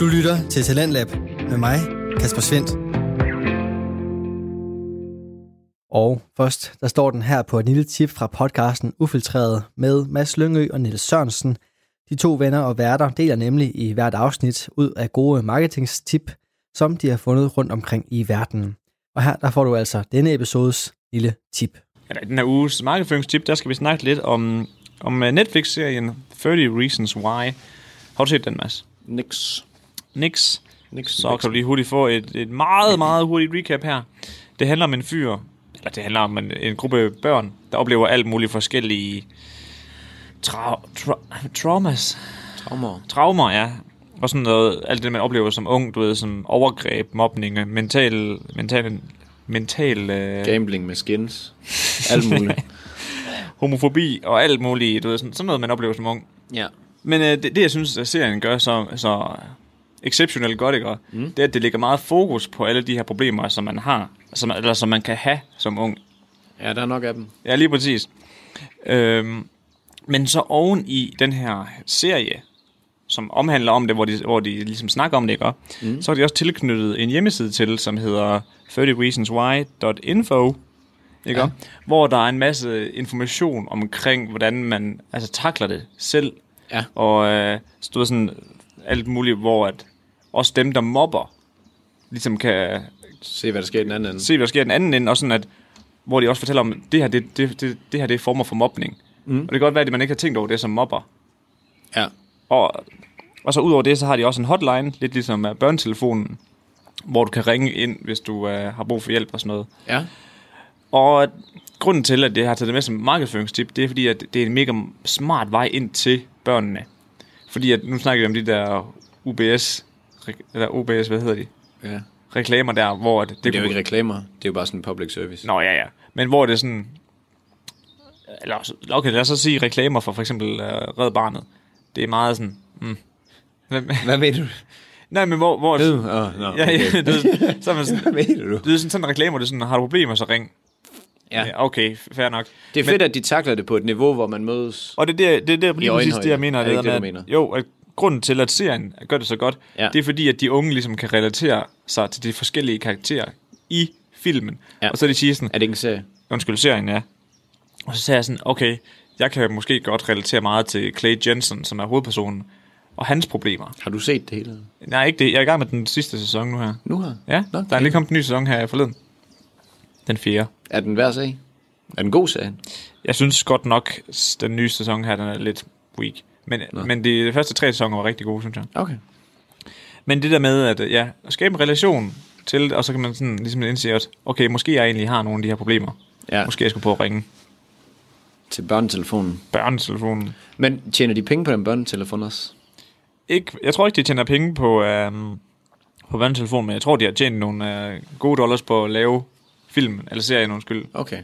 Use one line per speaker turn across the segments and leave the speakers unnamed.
Du lytter til Talentlab med mig, Kasper Svendt. Og først, der står den her på et lille tip fra podcasten Ufiltreret med Mads Lyngø og Niels Sørensen. De to venner og værter deler nemlig i hvert afsnit ud af gode marketingstip, som de har fundet rundt omkring i verden. Og her der får du altså denne episodes lille tip.
Ja, I den her uges markedsføringstip, der skal vi snakke lidt om, om øh, Netflix-serien 30 Reasons Why. Har du set den, Mads?
Nix.
Nix.
Nix.
Så kan du lige hurtigt få et, et meget, meget hurtigt recap her. Det handler om en fyr, eller det handler om en, en gruppe børn, der oplever alt muligt forskellige tra- tra- traumas.
Traumer.
Traumer, ja. Og sådan noget, alt det, man oplever som ung, du ved, som overgreb, mobning, øh, mental, mental, mental øh,
Gambling med skins. Alt muligt.
homofobi og alt muligt, du ved, sådan, sådan noget, man oplever som ung.
ja.
Men øh, det, det, jeg synes, at serien gør så, så exceptionelt godt, ikke? Mm. det er, at det lægger meget fokus på alle de her problemer, som man har, som, eller som man kan have som ung.
Ja, der er nok af dem.
Ja, lige præcis. Øhm, men så oven i den her serie, som omhandler om det, hvor de, hvor de ligesom snakker om det, ikke? Mm. så har de også tilknyttet en hjemmeside til, som hedder 30reasonswhy.info, ikke? Ja. hvor der er en masse information omkring, hvordan man altså, takler det selv,
Ja.
og øh, stod sådan alt muligt, hvor at også dem, der mobber, ligesom kan
Se, hvad der sker i den anden ende.
se, hvad der sker i den anden ende, og sådan at, hvor de også fortæller om, det her, det, det, det, det her det er former for mobning. Mm. Og det kan godt være, at man ikke har tænkt over det som mobber.
Ja.
Og, og så ud over det, så har de også en hotline, lidt ligesom øh, børnetelefonen, hvor du kan ringe ind, hvis du øh, har brug for hjælp og sådan noget.
Ja.
Og grunden til, at jeg har taget det med som markedsføringstip, det er fordi, at det er en mega smart vej ind til børnene. Fordi at, nu snakker vi om de der UBS, re- eller OBS, hvad hedder de?
ja.
Reklamer der, hvor at det,
Det er jo ikke reklamer. Det er jo bare sådan public service.
Nå, ja, ja. Men hvor det er sådan... Eller, også- okay, lad os så sige reklamer for for eksempel uh, Red Barnet. Det er meget sådan... Mm. Hvem-
Hvad ved du?
Nej, men hvor... hvor
Øh, åh, nå,
ja,
okay.
ja, det er, så er man sådan,
Hvad ved du?
det er sådan, sådan reklamer, det er sådan, har du problemer, så ring.
Ja.
ja okay, fair nok.
Det er fedt, at de takler det på et niveau, hvor man mødes.
Og det er der, det er der lige præcis
øjenhøjde.
det, jeg mener.
Er det ikke
der
det,
med,
du
at- Jo, at grunden til, at serien gør det så godt,
Ja.
det er fordi, at de unge ligesom kan relatere sig til de forskellige karakterer i filmen.
Ja.
Og så er de siger sådan,
Er det ikke en serie?
undskyld, serien, ja. Og så sagde jeg sådan, okay, jeg kan måske godt relatere meget til Clay Jensen, som er hovedpersonen, og hans problemer.
Har du set det hele?
Nej, ikke det. Jeg er i gang med den sidste sæson nu her.
Nu har?
Ja,
Nå,
der er lige kommet en ny sæson her forleden. Den fjerde.
Er den hver sag? Er den god sag?
Jeg synes godt nok, s- den nye sæson her, den er lidt weak. Men, men de, de første tre sæsoner var rigtig gode, synes jeg.
Okay.
Men det der med, at øh, ja, at skabe en relation til det, og så kan man sådan ligesom indse, at okay, måske jeg egentlig har nogle af de her problemer.
Ja.
Måske jeg skulle prøve at ringe
Til børnetelefonen.
børnetelefonen.
Men tjener de penge på den børnetelefon også?
ikke, jeg tror ikke, de tjener penge på, øhm, på vandtelefon, men jeg tror, de har tjent nogle øh, gode dollars på at lave film, eller serien, undskyld.
Okay.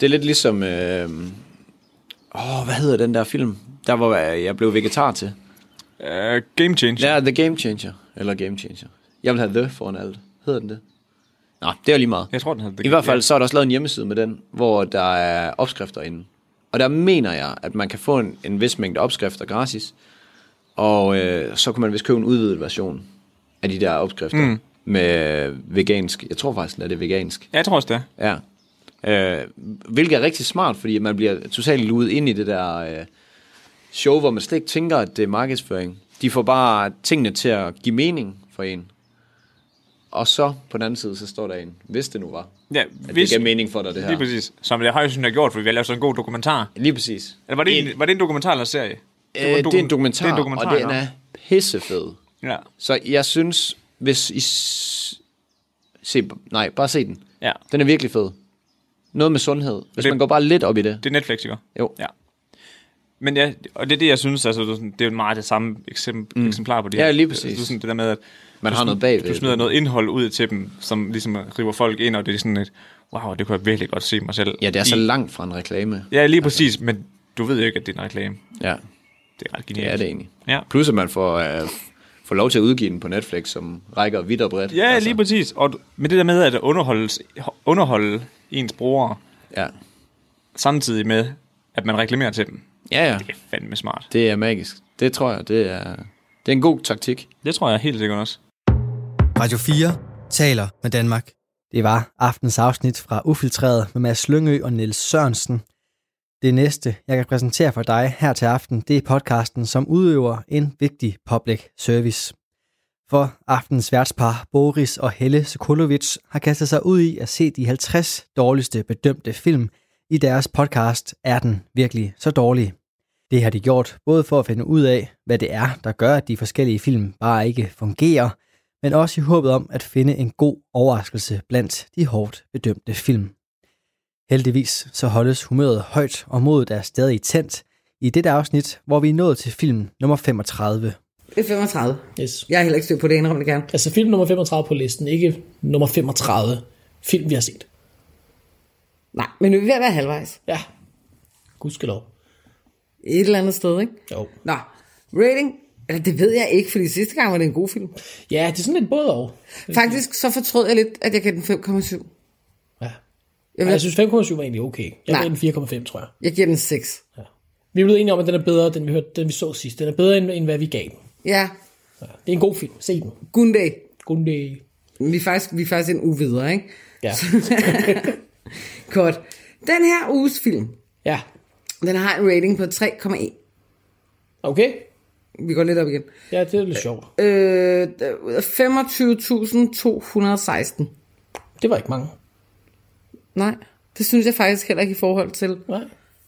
Det er lidt ligesom... Øh... Åh, hvad hedder den der film? Der hvor jeg blev vegetar til.
Øh, game Change. Ja.
Ja, The Game Changer. Eller Game Changer. Jeg vil have The foran alt. Hedder den det? Nå, det er lige meget.
Jeg tror, den hedder The
I hvert fald
Game-
så er der også lavet en hjemmeside med den, hvor der er opskrifter inde. Og der mener jeg, at man kan få en, en vis mængde opskrifter gratis. Og øh, så kunne man vist købe en udvidet version af de der opskrifter. Mm. Med vegansk. Jeg tror faktisk, den er det vegansk.
Ja, jeg tror også det.
Ja. Øh, hvilket er rigtig smart, fordi man bliver totalt luet ind i det der øh, show, hvor man slet ikke tænker, at det er markedsføring. De får bare tingene til at give mening for en. Og så på den anden side, så står der en, hvis det nu var.
Ja,
At
hvis,
det gav mening for dig, det her.
Lige præcis. Som jeg har jo synes, jeg har gjort, fordi vi har lavet sådan en god dokumentar.
Lige præcis.
Eller var det en, var det en dokumentar eller serie?
Øh, det er en øh, dokumentar,
Det er en dokumentar,
og den
nå.
er pissefed.
Ja.
Så jeg synes, hvis I... s- Se, nej, bare se den.
ja.
Den er virkelig fed. Noget med sundhed. Hvis
Det-
man går bare lidt op i det.
Det er Netflix, ikke?
Jo.
Ja. Men ja, og det er det, jeg synes, altså, det er sådan- det er jo meget det samme eksempel, mm. eksemplar på det
Ja,
her.
lige præcis.
Det er sådan det der med, at
Man
du
har
sm-
noget bagved.
Du smider noget indhold ud til dem, som ligesom river folk ind, og det er sådan et, wow, det kunne jeg virkelig godt se mig selv.
Ja, det er så
i.
langt fra en reklame.
Ja, lige præcis, men du ved jo ikke, at det er en reklame.
Ja,
Det er ret
det
genialt.
er det egentlig.
Ja.
Plus at man får, øh, får lov til at udgive den på Netflix, som rækker vidt og bredt.
Ja, altså. lige præcis. Og du- men det der med at underholdes, underholde ens brugere,
Ja,
samtidig med, at man reklamerer til dem,
ja. ja.
det er fandme smart.
Det er magisk. Det tror jeg, det er, Det er en god taktik.
Det tror jeg helt sikkert også.
Radio 4 taler med Danmark. Det var aftens afsnit fra Ufiltreret med Mads Lyngø og Niels Sørensen. Det næste, jeg kan præsentere for dig her til aften, det er podcasten, som udøver en vigtig public service. For aftens værtspar Boris og Helle Sokolovic har kastet sig ud i at se de 50 dårligste bedømte film i deres podcast Er den virkelig så dårlig? Det har de gjort både for at finde ud af, hvad det er, der gør, at de forskellige film bare ikke fungerer, men også i håbet om at finde en god overraskelse blandt de hårdt bedømte film. Heldigvis så holdes humøret højt, og modet er stadig tændt i dette afsnit, hvor vi er nået til film nummer 35.
Det er 35.
Yes.
Jeg har heller ikke styr på det, indrømmer det gerne.
Altså film nummer 35 på listen, ikke nummer 35 film, vi har set.
Nej, men nu er vi ved at være halvvejs.
Ja, gudskelov.
Et eller andet sted, ikke?
Jo.
Nå, rating? Eller det ved jeg ikke, fordi sidste gang var det en god film.
Ja, det er sådan lidt både og.
Faktisk så fortrød jeg lidt, at jeg gav den 5,7.
Ja.
Jeg,
Ej, Jeg
vil,
synes 5,7 var egentlig okay. Jeg
Nej.
gav den 4,5, tror jeg.
jeg giver den 6.
Vi er blevet enige om, at den er bedre, den vi, hørte, den vi så sidst. Den er bedre, end, end hvad vi gav den.
Ja,
Ja. Det er en god film. Se den.
Gunday.
Kun det...
Vi er faktisk, vi er faktisk en uge videre, ikke?
Ja.
Godt. Den her uges film,
ja.
den har en rating på 3,1.
Okay.
Vi går lidt op igen.
Ja, det er lidt sjovt.
Øh, 25.216.
Det var ikke mange.
Nej, det synes jeg faktisk heller ikke i forhold til,
Nej.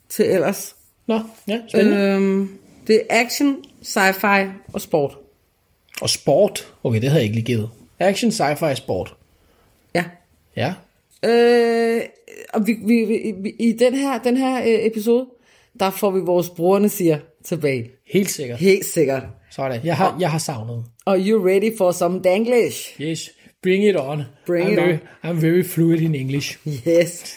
til ellers.
Nå, ja, spændende. Øh.
Øhm, det er action, sci-fi og sport.
Og sport. Okay, det havde jeg ikke lige givet. Action, sci-fi, sport.
Ja.
Ja.
Øh, og vi, vi, vi, vi, i den her, den her øh, episode, der får vi vores brugerne siger tilbage.
Helt sikkert.
Helt sikkert.
Sådan. Jeg har, jeg har savnet den.
Og you ready for some Danglish?
Yes, bring it on.
Bring
I'm
it
very,
on.
I'm very fluid in English.
Yes.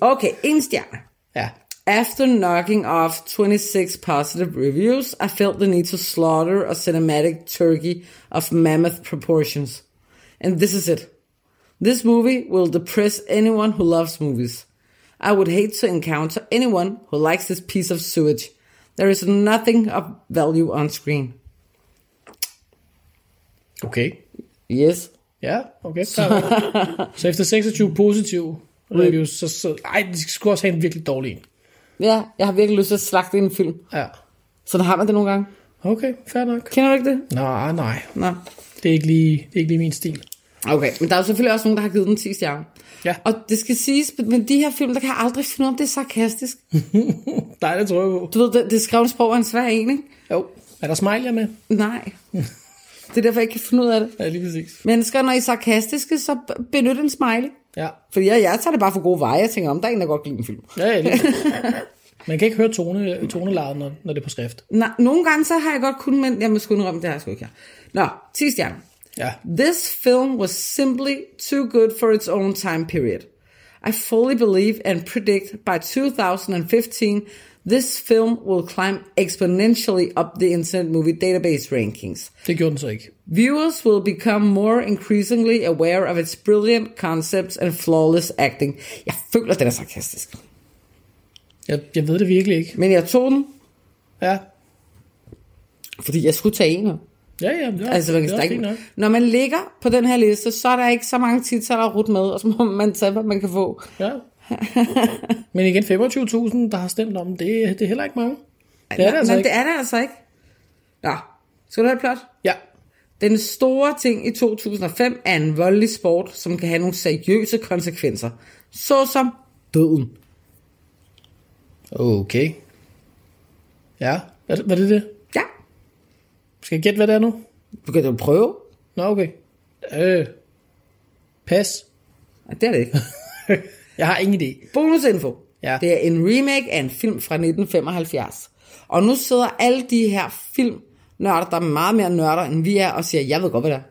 Okay, en stjerne.
Ja.
After knocking off 26 positive reviews, I felt the need to slaughter a cinematic turkey of mammoth proportions. And this is it. This movie will depress anyone who loves movies. I would hate to encounter anyone who likes this piece of sewage. There is nothing of value on screen.
Okay.
Yes.
Ja, okay. Så, så efter 26 positive reviews, så, så ej, de skulle også have en virkelig dårlig en.
Ja, jeg har virkelig lyst til at slagte en film.
Ja.
Sådan har man det nogle gange.
Okay, fair nok.
Kender du ikke det?
Nej, nej.
Nå.
Det er ikke lige, det er ikke lige min stil.
Okay, men der er jo selvfølgelig også nogen, der har givet den 10 stjerner.
Ja.
Og det skal siges, men de her film, der kan jeg aldrig finde ud af, om det er sarkastisk.
Nej, det tror jeg på.
Du ved, det, det skrevne sprog er en svær en, ikke?
Jo. Er der smile jeg med?
Nej. Det er derfor, jeg ikke kan finde ud af det.
Ja, lige præcis.
Mennesker, når I er sarkastiske, så b- benyt en smiley.
Ja.
Fordi jeg, jeg tager det bare for gode veje. Jeg tænker, om der er en, der godt kan lide en film.
Ja, ja lige. Man kan ikke høre tone, tonelaget, når, når det er på skrift.
Nej, nogle gange så har jeg godt kunnet, men jeg må sgu indrømme, det har jeg sgu ikke her. Nå, 10 stjerner.
Ja.
This film was simply too good for its own time period. I fully believe and predict by 2015, this film will climb exponentially up the Internet Movie Database rankings.
Det gjorde den så ikke.
Viewers will become more increasingly aware of its brilliant concepts and flawless acting. Jeg føler, den er sarkastisk.
Jeg, jeg ved det virkelig ikke.
Men jeg tog den,
Ja.
fordi jeg skulle tage en.
Ja, ja. Det er,
Altså, man kan
det er også fint
snakke.
nok.
Når man ligger på den her liste, så er der ikke så mange titler, der er rudt med, og så må man tage, hvad man kan få.
Ja. Men igen, 25.000, der har stemt om, det, det er heller ikke mange. Det er det altså
Men
ikke.
det er det altså ikke. Nå, skal du have et plot?
Ja.
Den store ting i 2005 er en voldelig sport, som kan have nogle seriøse konsekvenser, såsom døden.
Okay. Ja. Hvad, hvad er det det?
Ja,
Skal jeg gætte, hvad det er nu?
du kan jo prøve.
Nå, okay. Øh. Pas.
Nej, det er det ikke.
Jeg har ingen idé.
Bonusinfo.
Ja.
Det er en remake af en film fra 1975. Og nu sidder alle de her filmnørder, der er meget mere nørder, end vi er, og siger, jeg ved godt, hvad det er.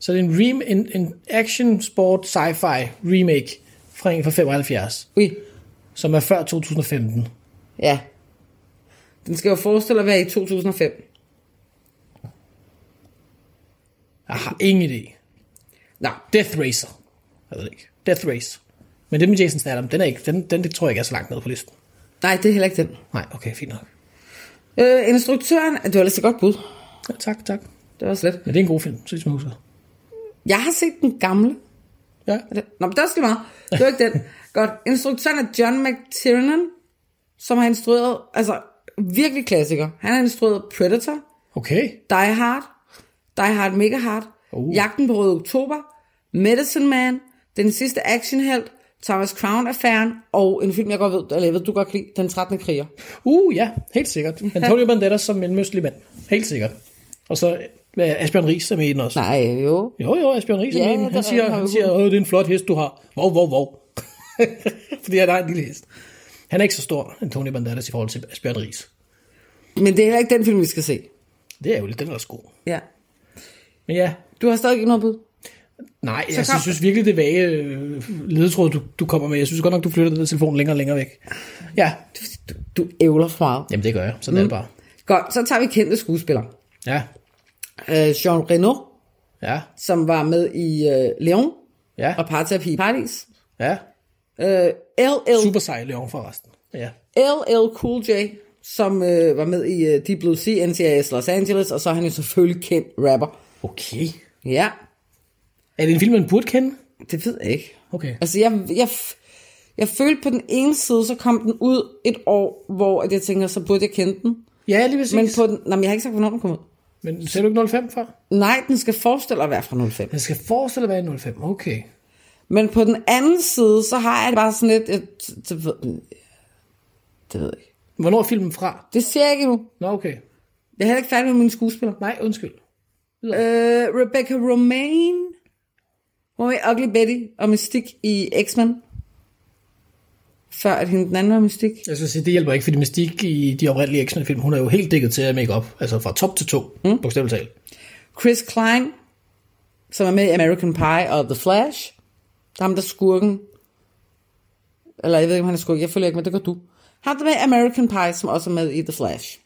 Så det er en, rem- en, en action sport sci-fi remake fra en fra 75,
Ui,
som er før 2015.
ja. Den skal jo forestille at være i 2005.
Jeg har ingen idé.
Nå,
Death Racer. Jeg ved det ikke. Death Race. Men det med Jason Statham, den, er ikke, den, den det tror jeg ikke er så langt ned på listen.
nej, det er heller ikke den.
Nej, okay, fint nok.
Øh, instruktøren, det var ellers et godt bud.
Ja, tak, tak.
Det var slet.
Men det er en god film, så man husker.
Jeg har set den gamle.
Ja.
Er det- Nå, men det er også lige meget. Det var ikke den. Godt. Instruktøren er John McTiernan, som har instrueret, altså virkelig klassiker. Han har instrueret Predator,
Okay.
Die Hard, Die Hard Mega Hard,
Uh.
uh. Jagten på Røde Oktober, Medicine Man, Den Sidste Actionhelt, Thomas Crown-affæren, og en film, jeg godt ved, eller jeg ved, du godt kan lide, Den 13. kriger.
Uh, ja, helt sikkert. Antonio Banderas som en møstlig mand. Helt sikkert. Og så øh, Asbjørn Ries er med i den også.
Nej, jo.
Jo, jo, Asbjørn Ries er
Ja,
med i den.
der
Han
er-
siger,
har
han
vi
siger, åh, det er en flot hest, du har. Vov, vov, vov. Fordi han har en lille hest. Han er ikke så stor, Antonio Banderas, i forhold til Asbjørn Ries.
Men det er heller ikke den film, vi skal se.
Det er jo lidt, den er også god.
Ja.
Men ja,
Du har stadig ikke noget bud?
Nej,
Så
jeg
kom-
synes virkelig, det vage øh, ledetråd, du, du kommer med. Jeg synes godt nok, du flytter den der telefon længere og længere væk. Ja,
Du, du ævler for meget.
jamen det gør jeg. Sådan mm. er det bare.
Godt, så tager vi kendte skuespillere.
Ja,
Øh, Jean Reno,
ja,
som var med i øh, Leon
ja,
og Parterapi i Paradis.
ja.
Øh, LL,
Super sej Leon forresten. Ja,
LL Cool J, som øh, var med i øh, Deep Blue Sea, NCIS Los Angeles, og så er han jo selvfølgelig kendt rapper.
okay.
Ja,
Er det en film, man burde kende?
det ved jeg ikke.
Okay.
Altså, jeg, jeg, jeg følte på den ene side, så kom den ud et år, hvor at jeg tænker, så burde jeg kende den.
Ja, lige præcis.
Men
Men,
på den, nej, men jeg har ikke sagt, hvornår den kom ud.
men ser du ikke 05 før?
Nej, den skal forestille at være fra 05.
Den skal forestille at være 05, okay.
Men på den anden side, så har jeg det bare sådan lidt, jeg, det, ved, det ved jeg ikke.
Hvornår er filmen fra?
Det ser jeg ikke nu.
Nå, okay.
Jeg er heller ikke færdig med mine skuespillere.
Nej, undskyld.
Øh, Rebecca Romaine. Hun var med i Ugly Betty og Mystik i X-Men. Før at hende den anden var Mystik.
Jeg skal sige, det hjælper ikke, fordi Mystik i de oprindelige X-Men-film, hun er jo helt dækket til at make up. Altså fra top til to, mm. bogstaveligt talt.
Chris Klein, som er med i American Pie og The Flash. Der er ham, der er skurken. Eller jeg ved ikke, om han er skurken. Jeg følger ikke med, det gør du. Ham, der er med i American Pie, som også er med i The Flash.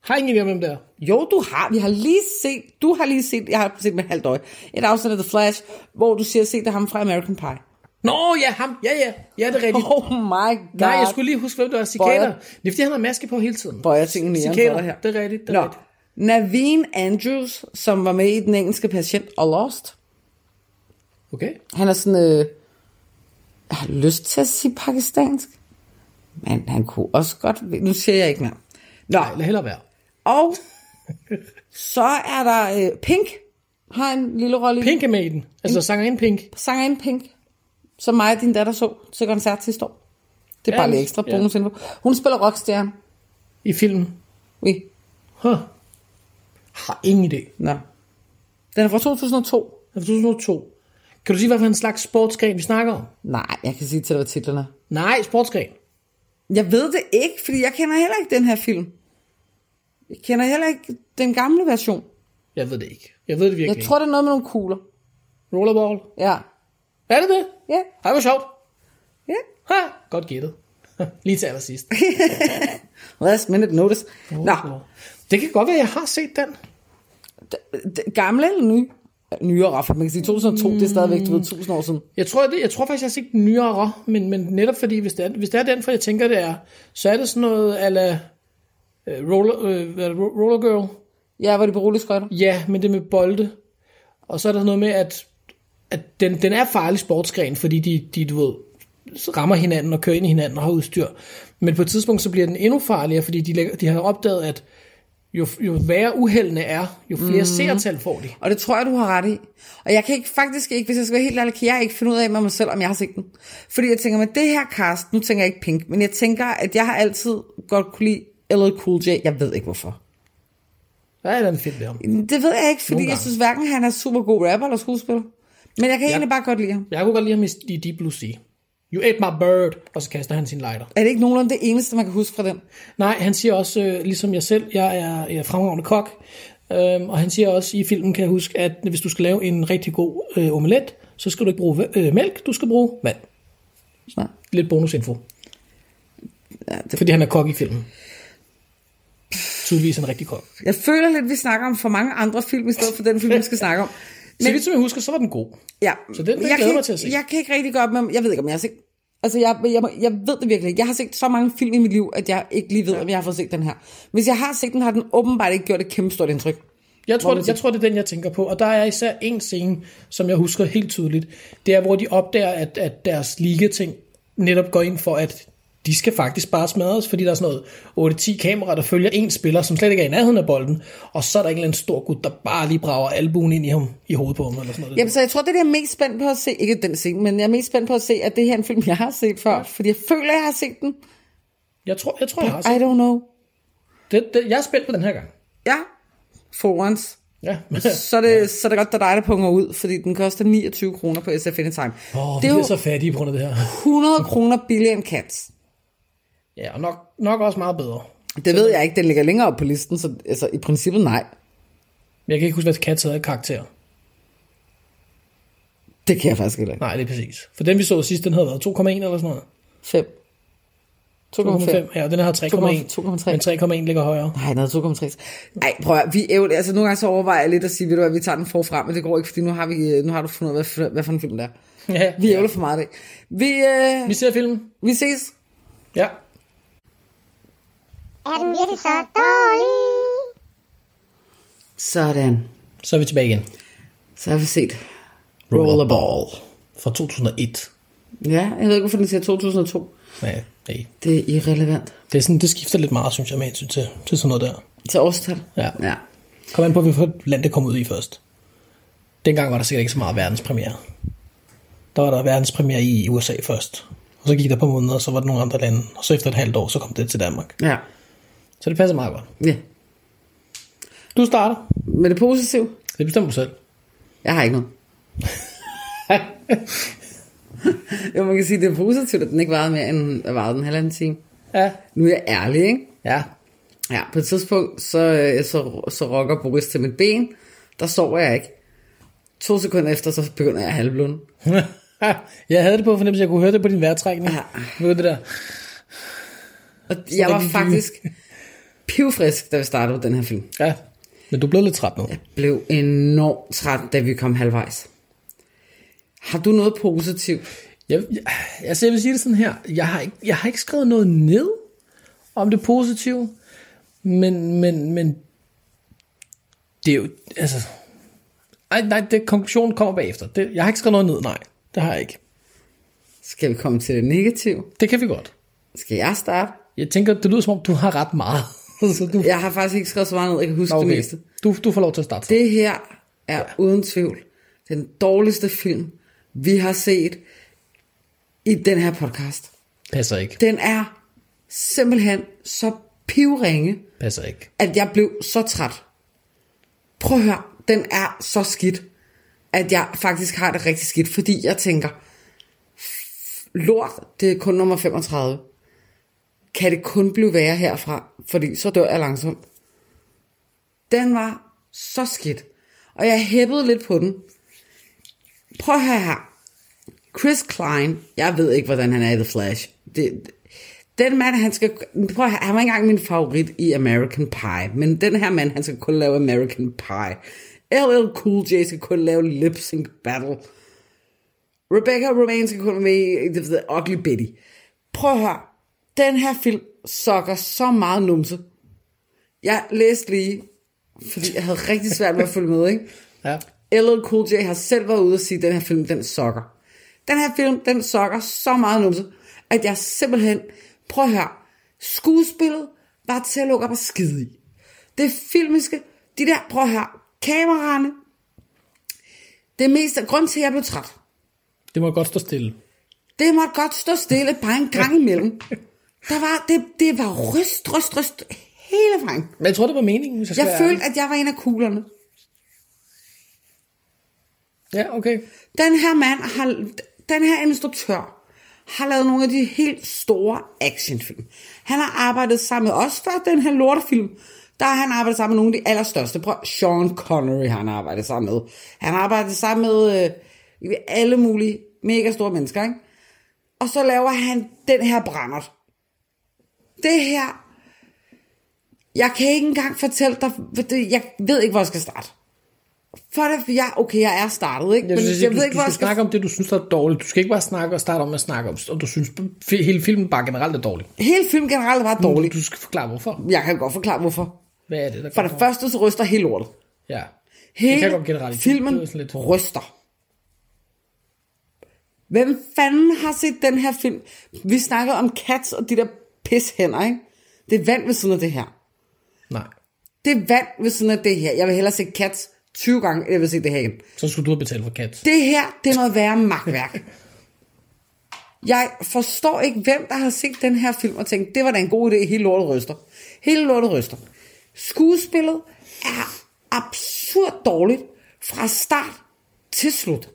Har ingen idé om, hvem det er?
Jo, du har. Vi har lige set, du har lige set, jeg har set med et halvt øje, et afsnit af The Flash, hvor du siger, se det er ham fra American Pie.
Nå, ja, ham. Ja, ja. Ja, det er rigtigt.
Oh my god.
Nej, jeg skulle lige huske, hvem der var cikader.
Bøjer.
Det er fordi, han har maske på hele tiden.
Bøjer tingene i
Cikader,
her.
det er rigtigt, det er
Nå.
rigtigt.
Naveen Andrews, som var med i Den Engelske Patient og Lost,
Okay.
han er sådan, øh, jeg har lyst til at sige pakistansk, men han kunne også godt, nu siger jeg ikke mere. Nå,
Ej, lad hellere være.
og så er der øh, Pink, har en lille rolle i
Pink er med i den. Altså sanger ind Pink.
sangeren Pink, som mig og din datter så til koncert sidste år. Det er
Ja,
bare lidt ekstra
ja.
bonusinfo. Hun spiller rockstjerne.
I filmen.
Oui.
Huh. Har ingen idé.
Nå. Den er fra 2002.
Jeg 2002. Kan du sige, hvad for en slags sportsgren vi snakker om?
Nej, jeg kan sige til dig, hvad titlen er.
Nej, sportsgren.
Jeg ved det ikke, fordi jeg kender heller ikke den her film. Jeg kender heller ikke den gamle version.
Jeg ved det ikke. Jeg ved det virkelig
Jeg tror, det er noget med nogle kugler.
ikke. Rollerball.
Ja.
Er det det?
Ja.
Ej, hvor sjovt.
Ja.
Ha. Godt gættet. Lige til allersidst.
Last minute notice. Nå,
Det kan godt være, jeg har set den.
d- d- gamle eller nye? Nyere, Rafa. Man kan sige 2002, det er stadigvæk, du ved, 1000 år siden.
Jeg tror, det, jeg tror faktisk, jeg har set den nyere, men, men netop fordi, hvis det, er, hvis det er den, for jeg tænker, det er, så er det sådan noget ala øh, roller, øh, hvad er det, Ro- roller Girl.
Ja, hvor de på rulleskøjter.
Ja, men det med bolde. Og så er der sådan noget med, at, at den, den er farlig sportsgren, fordi de, de, du ved, rammer hinanden og kører ind i hinanden og har udstyr. Men på et tidspunkt, så bliver den endnu farligere, fordi de, lægger- de har opdaget, at jo, jo værre uheldene er, jo flere mm. seertal får de.
Og det tror jeg, du har ret i. Og jeg kan ikke, faktisk ikke, hvis jeg skal være helt ærlig, kan jeg ikke finde ud af med mig selv, om jeg har set den. Fordi jeg tænker, med det her cast, nu tænker jeg ikke Pink, men jeg tænker, at jeg har altid godt kunne lide LL Cool J. Jeg ved ikke, hvorfor.
Der er et eller andet fedt ved ham.
Det ved jeg ikke, fordi
Nogle
jeg
gange.
synes hverken, han er super god rapper eller skuespiller. Men jeg kan ja. egentlig bare godt lide ham.
Jeg kunne godt lide ham i, i Deep Blue Sea. You ate my bird, og så kaster han sin lighter.
Er det ikke nogenlunde det eneste, man kan huske fra den?
Nej, han siger også, øh, ligesom jeg selv, jeg er, jeg er fremragende kok, øhm, og han siger også i filmen, kan jeg huske, at hvis du skal lave en rigtig god øh, omelet, så skal du ikke bruge øh, mælk, du skal bruge vand.
Nej.
Lidt bonusinfo,
Ja, det,
fordi han er kok i filmen. Tydeligvis en rigtig kok.
jeg føler lidt, vi snakker om for mange andre film, i stedet for den film, vi skal snakke om.
Men, så vidt som jeg husker, så var den god.
Ja.
Så den- den
jeg
glæder
kan
jeg mig
ikke-
til at se.
Jeg kan ikke rigtig godt med, jeg ved ikke, om jeg har set Altså, jeg, jeg, jeg ved det virkelig ikke. Jeg har set så mange film i mit liv, at jeg ikke lige ved, om jeg har fået set den her. Hvis jeg har set den, har den åbenbart ikke gjort et kæmpe stort indtryk.
Jeg tror, det, jeg tror, det er den, jeg tænker på. Og der er især en scene, som jeg husker helt tydeligt. Det er, hvor de opdager, at, at deres ligeting netop går ind for, at de skal faktisk bare smadres, fordi der er sådan noget 8-10 kameraer, der følger en spiller, som slet ikke er i nærheden af bolden, og så er der en eller anden stor gut, der bare lige brager albuen ind i ham i hovedet på ham, eller sådan noget.
Jamen, så jeg tror, det er det, jeg er mest spændt på at se. Ikke den scene, men jeg er mest spændt på at se, at det her er en film, jeg har set før. Fordi jeg føler, jeg har set den.
Jeg tror, jeg, tror, jeg har
I
set
don't know.
det, det, Jeg er spændt på den her gang.
Ja, for once.
Ja.
Så er det, så er det godt, at der er dig, der punger ud, fordi den koster 29 kroner på SF Anytime.
Åh,
det
vi
er
er
jo
så fattige på grund af det her.
100 kroner billigere end Cats.
Ja, og nok, nok også meget bedre.
Det ved jeg ikke, den ligger længere op på listen, så altså, i princippet nej.
Men jeg kan ikke huske, hvad Cats havde af karakter.
Det kan jeg faktisk ikke.
Nej, det er præcis. For den, vi så sidst, den havde været 2,1 eller sådan noget.
5. 2,5.
2,5. Ja, og den har
2,3.
3,1. Men 3,1 ligger højere.
Nej, noget 2,3. Nej, prøv at, høre, vi ævler, altså nogle gange så overvejer jeg lidt at sige, ved du hvad, vi tager den forfra, men det går ikke, fordi nu har, vi, øh, nu har du fundet ud af, hvad, for- hvad for en film det er.
Ja.
Vi ævler for meget af det. Vi, øh,
Vi ser filmen.
vi ses.
Ja.
Er den virkelig så dårlig?
Sådan.
Så er vi tilbage igen.
Så har vi set.
Rollerball. Fra 2001.
Ja, jeg ved ikke, hvorfor den siger 2002.
Nej, nej.
Det er irrelevant.
Det, er sådan, det skifter lidt meget, synes jeg, med hensyn til, til sådan noget der.
Til årstal.
Ja.
ja.
Kom an på, hvilket land det kom ud i først. Dengang var der sikkert ikke så meget verdenspremiere. Der var der verdenspremiere i USA først. Og så gik der på måneder, og så var der nogle andre lande. Og så efter et halvt år, så kom det til Danmark.
Ja.
Så det passer meget godt.
ja.
Du starter.
Men det positive?
Det bestemmer du selv.
Jeg har ikke noget. jo, man kan sige, det er positivt, at den ikke varede mere end hvad varede den halvanden time.
Ja.
Nu er jeg ærlig, ikke?
Ja.
Ja, på et tidspunkt, så, øh, så, så rokker Boris til mit ben. Der sover jeg ikke. To sekunder efter, så begynder jeg halvblund.
jeg havde det på fornemmelse, jeg kunne høre det på din vejrtrækning.
Ja.
Ved du det der?
Og jeg
er
var
det lige-
faktisk pivfrisk, da vi startede på den her film.
Ja. Men du blev lidt træt nu. Ja.
Blev enormt træt, da vi kom halvvejs. Har du noget positivt?
Jeg, jeg, altså jeg vil sige det sådan her. Jeg har, ikke, jeg har ikke skrevet noget ned om det positive, men, men, men det er jo, altså, ej, nej, det, konklusionen kommer bagefter. Det, jeg har ikke skrevet noget ned, nej. Det har jeg ikke.
Skal vi komme til det negative?
Det kan vi godt.
Skal jeg starte?
Jeg tænker, det lyder som om, du har ret meget. så du,
Jeg har faktisk ikke skrevet så meget ned, jeg kan huske
Nå,
okay. det meste.
Du, du får lov til at starte.
Det her er ja. uden tvivl den dårligste film, vi har set i den her podcast.
Passer ikke.
Den er simpelthen så pivringe,
Passer ikke.
at jeg blev så træt. Prøv at høre, den er så skidt, at jeg faktisk har det rigtig skidt, fordi jeg tænker, f- lort, det er kun nummer 35. Kan det kun blive værre herfra, fordi så dør jeg langsomt. Den var så skidt, og jeg hæppede lidt på den. Prøv at høre her. Chris Klein, jeg ved ikke, hvordan han er i The Flash. Det, den mand, han skal... Prøv at, høre, han var ikke engang min favorit i American Pie, men den her mand, han skal kun lave American Pie. LL Cool J skal kun lave Lip Sync Battle. Rebecca Romaine skal kun være med i The Ugly Betty. Prøv at høre. Den her film sokker så meget numse. Jeg læste lige, fordi jeg havde rigtig svært ved at følge med, ikke?
Ja.
LL Cool J har selv været ude og sige, at den her film, den sokker. Den her film, den sokker så meget numse, at jeg simpelthen, prøv at høre, skuespillet var til at lukke op og skide i. Det filmiske, de der, prøv at høre, kameraerne, det meste, grund til, at jeg blev træt,
Det må godt stå stille.
det måtte godt stå stille bare en gang imellem. Der var, det, det var ryst, ryst, ryst, hele vejen.
Men jeg tror, det var meningen, hvis jeg skal
Jeg
være
følte, at jeg var en af kuglerne.
ærlig. Ja, okay.
Den her mand har, den her instruktør har lavet nogle af de helt store actionfilm. Han har arbejdet sammen med os før den her lortefilm. Der har han arbejdet sammen med nogle af de allerstørste. Prøv, Sean Connery har han arbejdet sammen med. Han har arbejdet sammen med øh, alle mulige mega store mennesker. Ikke? Og så laver han den her brændert. Det her... Jeg kan ikke engang fortælle dig... for det- Jeg ved ikke, hvor jeg skal starte. For det, ja, okay, jeg er startet, ikke?
Jeg
Men
synes,
jeg ved ikke,
du
hvor
skal
jeg
skal...
skal...
snakke om det, du synes, der er dårligt. Du skal ikke bare snakke og starte om at snakke om, om du synes, fi- hele filmen bare generelt er dårlig.
Hele filmen generelt er bare dårlig.
Du skal forklare, hvorfor.
Jeg kan godt forklare, hvorfor.
Hvad er det, der
For det
kommer?
første, så ryster hele lortet.
Ja. Det kan jeg godt
Hele
generelt ikke.
filmen
Det er sådan lidt-
ryster. Hvem fanden har set den her film? Vi snakkede om cats og de der pishænder, ikke? Det er vand ved siden af det her.
Nej.
Det er vand ved siden af det her. Jeg vil hellere se cats 20 gange, end jeg vil se det her igen.
Så skulle du have betalt for kat.
Det her, det er noget værre magtværk. Jeg forstår ikke, hvem der har set den her film og tænkt, det var da en god idé, hele lortet ryster. Hele lortet ryster. Skuespillet er absurd dårligt fra start til slut.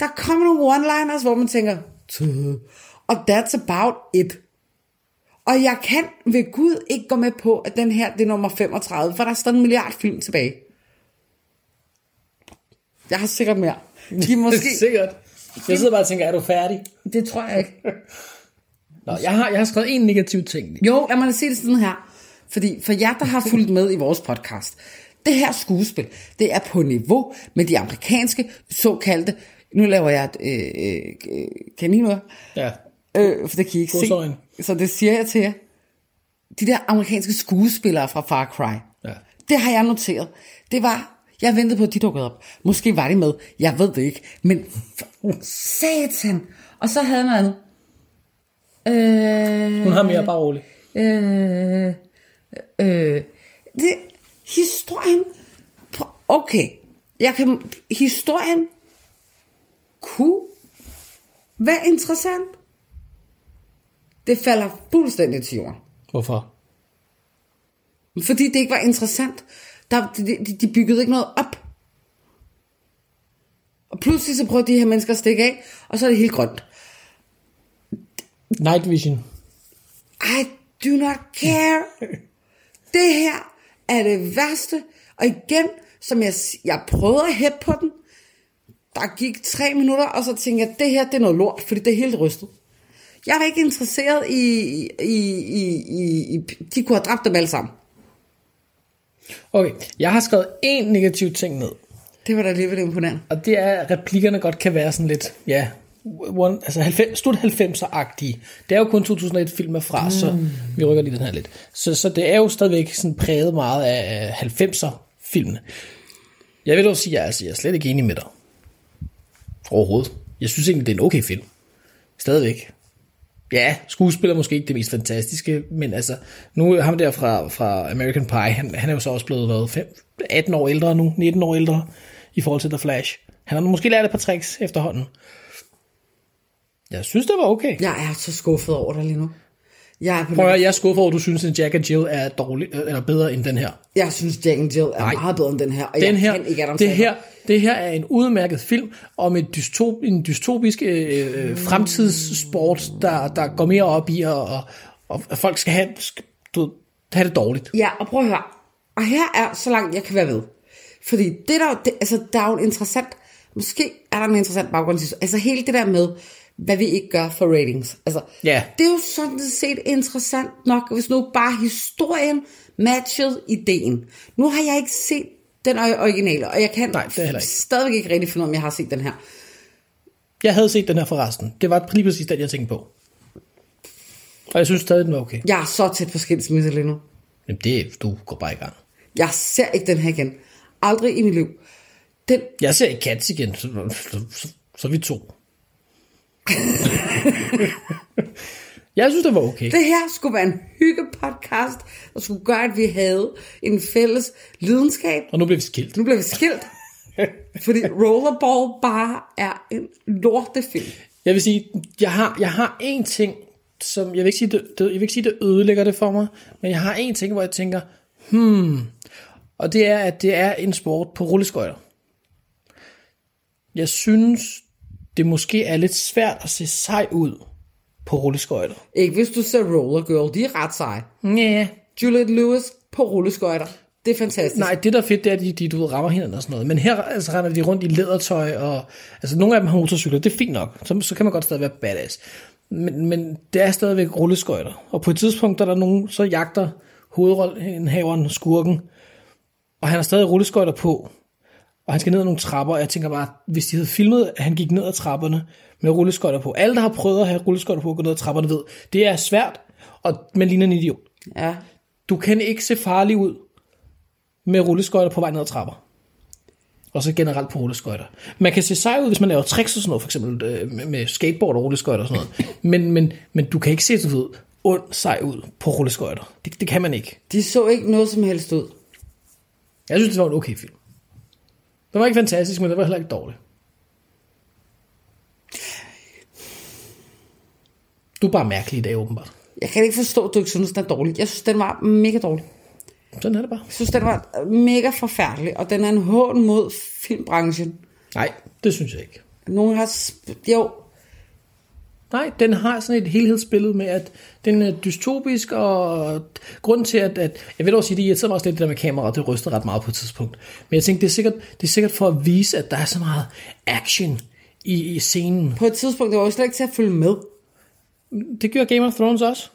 Der kommer nogle one-liners, hvor man tænker, "Tøh." og that's about it. Og jeg kan ved Gud ikke gå med på, at den her, det er nummer 35, for der er stadig en milliard film tilbage. Jeg har sikkert mere. De er måske...
Sikkert. Jeg sidder bare og tænker, er du færdig?
Det tror jeg ikke.
Nå, jeg har, jeg har skrevet en negativ ting.
Jo, lad mig da se det sådan her. Fordi for jer, der har fulgt med i vores podcast, det her skuespil, det er på niveau med de amerikanske såkaldte, nu laver jeg et øh, øh, kaninør,
Ja.
øh, for det kan I ikke
Godsøjne.
se. Så det siger jeg til jer. De der amerikanske skuespillere fra Far Cry,
Ja.
det har jeg noteret. Det var, jeg ventede på, at de dukkede op. Måske var de med, jeg ved det ikke. Men for satan. Og så havde man... Øh,
Hun har mere bare rolig.
Øh, øh, det, historien, på- okay, jeg kan, historien kunne være interessant. Det falder fuldstændig til jorden.
Hvorfor?
Fordi det ikke var interessant. Der, de, de- de byggede ikke noget op. Og pludselig så prøver de her mennesker at stikke af, og så er det helt grønt.
Night Vision.
I do not care. Det her er det værste. Og igen, som jeg, s- jeg prøvede at hæppe på den, der gik tre minutter, og så tænkte jeg, det her det er noget lort, fordi det er helt rystet. Jeg var ikke interesseret i, i, i, i, i de kunne have dræbt dem alle sammen.
Okay, jeg har skrevet en negativ ting ned.
Det var da alligevel imponerende.
Og det er, at replikkerne godt kan være sådan lidt, ja, one, altså 90, slut 90'er-agtige. Det er jo kun 2001 film er fra, mm. så vi rykker lige den her lidt. Så, så det er jo stadigvæk sådan præget meget af 90'er-filmene. Jeg vil dog sige, at jeg, altså, jeg er slet ikke enig med dig. Overhovedet. Jeg synes egentlig, det er en okay film. Stadigvæk. Ja, skuespiller er måske ikke det mest fantastiske, men altså, nu er ham der fra, fra American Pie, han, han er jo så også blevet været 5, 18 år ældre nu, 19 år ældre, i forhold til The Flash. Han har måske lært et par tricks efterhånden. Jeg synes, det var okay.
Jeg er så skuffet over dig lige nu. Jeg, er på
Prøv at høre, jeg er skuffet over, at du synes, at Jack and Jill er dårlig, øh, eller bedre end den her.
jeg synes, Jack and Jill er
Nej.
meget bedre end den her, og
den
jeg
her,
kan ikke Adam
det,
Sandler.
her, det her er en udmærket film om et dystop, en dystopisk øh, øh, fremtidssport, der, der går mere op i, og, og, og at folk skal have, skal, du, ved, have det dårligt.
Ja, og prøv at høre. Og her er så langt, jeg kan være ved. Fordi det der, det, altså, der er jo en interessant, måske er der en interessant baggrund. Altså hele det der med, hvad vi ikke gør for ratings. Altså,
Ja.
det er jo sådan set interessant nok, hvis nu bare historien matchede ideen. Nu har jeg ikke set den or- originale, og jeg kan
Nej, det er heller ikke.
stadigvæk ikke rigtig finde ud af, om jeg har set den her.
Jeg havde set den her forresten. Det var lige præcis den, jeg tænkte på. Og jeg synes stadig, den var okay.
Jeg er så tæt på skilsmisse lige nu.
Jamen det, du går bare i gang.
Jeg ser ikke den her igen. Aldrig i mit liv. Den
Jeg ser ikke Cats igen, så, så, så, så er vi to. jeg synes, det var okay.
Det her skulle være en hyggepodcast, der skulle gøre, at vi havde en fælles lidenskab.
Og nu bliver vi skilt.
Nu bliver vi skilt, fordi Rollerball bare er en lortefilm.
Jeg vil sige, jeg har, jeg har én ting, som, jeg vil, ikke sige, det, det, jeg vil ikke sige, det ødelægger det for mig, men jeg har én ting, hvor jeg tænker, hmm, og det er, at det er en sport på rulleskøjter. Jeg synes, det måske er lidt svært at se sej ud på rulleskøjter.
Ikke hvis du ser Roller Girl, de er ret seje.
Næh.
Juliette Lewis på rulleskøjter. Det er fantastisk.
Nej, det der er fedt, det er, at de, de du ved, rammer hinanden og sådan noget. Men her altså, render de rundt i lædertøj, og altså, nogle af dem har motorcykler, det er fint nok. Så, så kan man godt stadig være badass. Men, men det er stadigvæk rulleskøjter. Og på et tidspunkt, der er der nogen, så jagter hovedrollenhaveren skurken, og han har stadig rulleskøjter på. og han skal ned ad nogle trapper, og jeg tænker bare, hvis de havde filmet, at han gik ned ad trapperne med rulleskotter på. Alle, der har prøvet at have rulleskotter på at gå ned ad trapperne, ved, det er svært, og man ligner en idiot.
Ja.
Du kan ikke se farlig ud med rulleskøjter på vej ned ad trapper. Og så generelt på rulleskøjter. Man kan se sej ud, hvis man laver tricks og sådan noget, for eksempel øh, med- med skateboard og rulleskøjter og sådan noget. Men, men, men du kan ikke se, du ved, ond sej ud på rulleskøjter. Det, det kan man ikke.
De så ikke noget som helst ud.
Jeg synes, det var en okay film. Den var ikke fantastisk, men den var heller ikke dårlig. Du er bare mærkelig i dag, åbenbart.
Jeg kan ikke forstå, at du ikke synes, den er dårlig. Jeg synes, den var mega dårlig.
Sådan er det bare.
Jeg synes, den var mega forfærdelig, og den er en hån mod filmbranchen.
Nej, det synes jeg ikke.
Nogen har... Sp- jo,
Nej, den har sådan et helhedsbillede med, at den er dystopisk, og grunden til, at, at jeg vil dog sige, det irriterede mig også lidt det der med kameraet, det rystede ret meget på et tidspunkt. Men jeg tænkte, det er sikkert, det er sikkert for at vise, at der er så meget action i, i scenen.
på et tidspunkt, det var jo slet ikke til at følge med.
Det gør Game of Thrones også.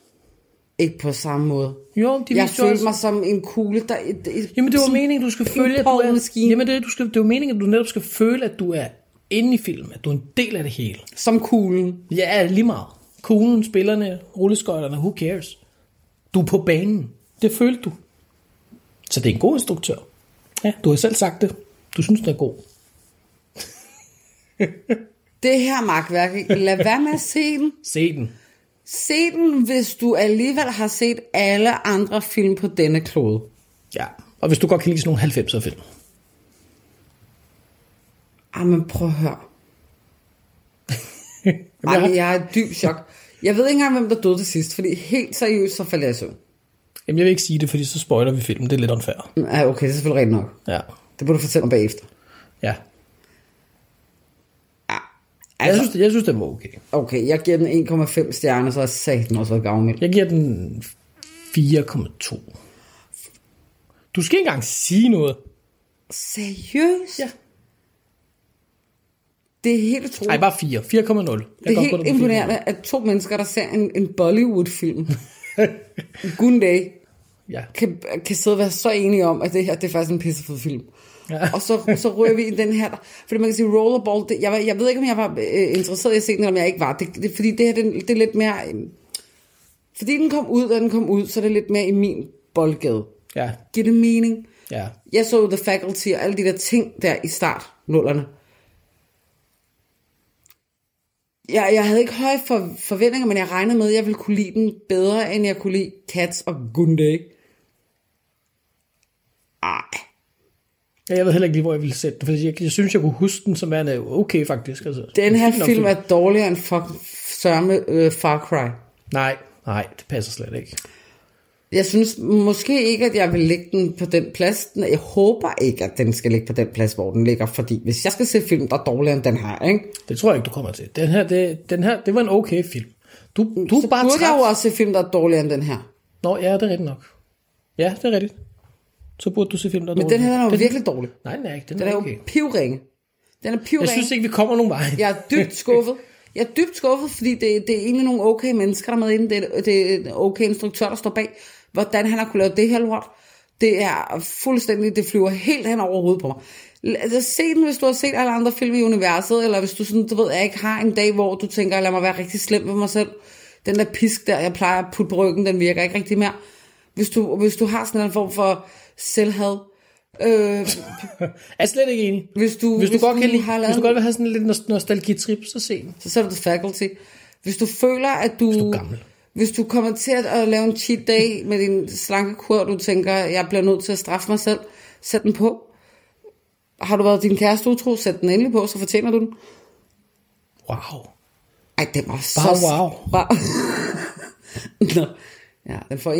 Ikke på samme måde.
Jo, de
Jeg
viste jo
følte
også-
mig som en kugle, der... Et, et,
Jamen det var meningen, du skal føle, at du er,
pingpongmaskine.
jamen, det, er, du skal, det var meningen, at du netop skal føle, at du er inde i filmen, at du er en del af det hele.
Som kuglen.
Ja, lige meget. Kuglen, spillerne, rulleskøjterne, who cares? Du er på banen. Det følte du. Så det er en god instruktør. Ja, du har selv sagt det. Du synes, den er god.
Det her magtværk, ikke? lad være med at se den.
Se den.
Se den, hvis du alligevel har set alle andre film på denne klode.
Ja, og hvis du godt kan lide sådan nogle 90'er film.
Ah, men prøv at høre. Ej, men jeg er i dyb chok. Jeg ved ikke engang, hvem der døde til sidst, fordi helt seriøst, så faldt jeg i søvn.
Jamen, jeg vil ikke sige det, fordi så spoiler vi filmen. Det er lidt unfair.
Ja, okay, det er selvfølgelig rigtigt nok.
Ja.
Det må du fortælle mig bagefter.
ja. Jeg,
Altså,
synes, jeg synes, den var okay.
okay, jeg giver den 1,5 stjerner, så har satan også været gavmild.
Jeg giver den 4,2. Du skal ikke engang sige noget.
Seriøst?
Ja.
Det er helt utroligt.
Nej, bare 4. 4,0. Jeg kan
det er
godt gå ned
helt
på fire.
imponerende, at to mennesker, der ser en, en Bollywood-film, Good Day,
Ja.
kan, kan sidde og være så enige om, at det her det er faktisk en pissefed film.
Ja.
Ja. Og så, så rører vi i den her, fordi man kan sige, rollerball, det, jeg, var- jeg ved ikke, om jeg var øh, interesseret i at se den, eller om jeg ikke var. Det, det, fordi det her, det, det er lidt mere, øh, fordi den kom ud, og den kom ud, så er det lidt mere i min boldgade.
Ja.
Giver det mening?
Ja.
Jeg så The Faculty og alle de der ting der i start nullerne. Jeg, jeg havde ikke høje for, forventninger, men jeg regnede med, at jeg ville kunne lide den bedre, end jeg kunne lide Cats og Gunday. Ej.
Ja, Jeg ved heller ikke lige, hvor jeg ville sætte den, fordi jeg, jeg synes, jeg kunne huske den som værende okay, faktisk. Altså,
Den
En
her
fin nok
film er dårligere end fucking sørme øh, Far Cry.
Nej, nej, det passer slet ikke.
Jeg synes måske ikke, at jeg vil lægge den på den plads. Den- Jeg håber ikke, at den skal ligge på den plads, hvor den ligger. Fordi hvis jeg skal se film, der er dårligere end den her, ikke?
Det tror jeg ikke, du kommer til. Den her, det, den her, det var en okay film. Du, du
så
er bare
burde jeg jo
træt.
også se film, der er dårligere end den her.
Nå, ja, det er rigtigt nok. Ja, det er rigtigt. Så burde du se film, der er
Men den her den er jo virkelig dårlig.
Nej, den er ikke. Den,
Den
er
er
okay.
jo pivringe. Den er pivringe.
Jeg synes ikke, vi kommer nogen vej.
jeg er dybt skuffet. Jeg er dybt skuffet, fordi det, det er egentlig nogle okay mennesker, der er med inden. Det er, det er en okay instruktør, der står bag. Hvordan han har kunne lave det her lort, det er fuldstændig, det flyver helt hen over hovedet på mig. L- Altså, se den, hvis du har set alle andre film i universet, eller hvis du sådan, du ved, jeg ikke har en dag, hvor du tænker, lad mig være rigtig slem ved mig selv. Den der pisk der, jeg plejer at putte på ryggen, den virker ikke rigtig mere. Hvis du, hvis du har sådan en eller anden form for selvhad, øh,
Jeg er slet ikke enig.
Hvis du-
hvis du
hvis
godt
du
kan lide,
har lavet
hvis du
en-
godt vil have sådan lidt nost- nostalgitrip, så se den.
så ser du The Faculty. Hvis du føler, at du... Hvis
du er gammel.
Hvis du kommer til at, at lave en cheat day med din slankekur, og du tænker, jeg bliver nødt til at straffe mig selv, sæt den på. Har du været din kæreste utro, sæt den endelig på, så fortjener du den.
Wow.
Ej, den var så...
Bare wow.
wow. Nå. Ja, den får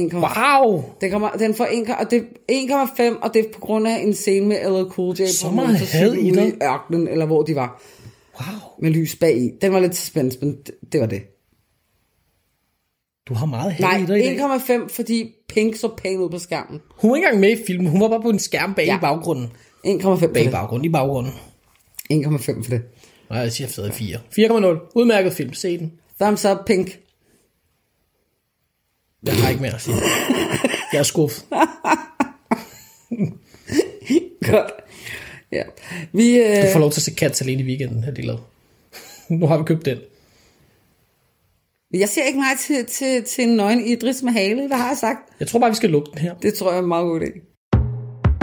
1,5. Wow.
Wow.
Den, kommer, den får 1, og det er 1,5, og det er på grund af en scene med LL Cool J.
Så
på
meget
motorcykel
had i
ude
dig.
ørkenen, eller hvor de var,
Wow.
med lys bag i. Den var lidt suspense, men det, det var det.
Du har meget held
Nej,
i dig i dag.
1,5, fordi Pink så pæn ud på skærmen.
Hun var ikke engang med i filmen, hun var bare på en skærm bag ja.
Ja.
i baggrunden.
1,5 for
Bag i
det.
baggrunden, i baggrunden.
1,5 for det.
Nej, jeg siger stadig 4. 4,0. Udmærket film, se den.
Thumbs up, Pink.
Jeg har ikke mere at sige. Jeg er skuffet.
Godt. Ja. Vi,
Du
øh,
får lov til at se Cats alene i weekenden, har de lavet. nu har vi købt den.
jeg ser ikke meget til, til, til en nøgen Idris med hale, hvad har jeg sagt?
Jeg tror bare, vi skal lukke den her.
Det tror jeg er en meget god idé.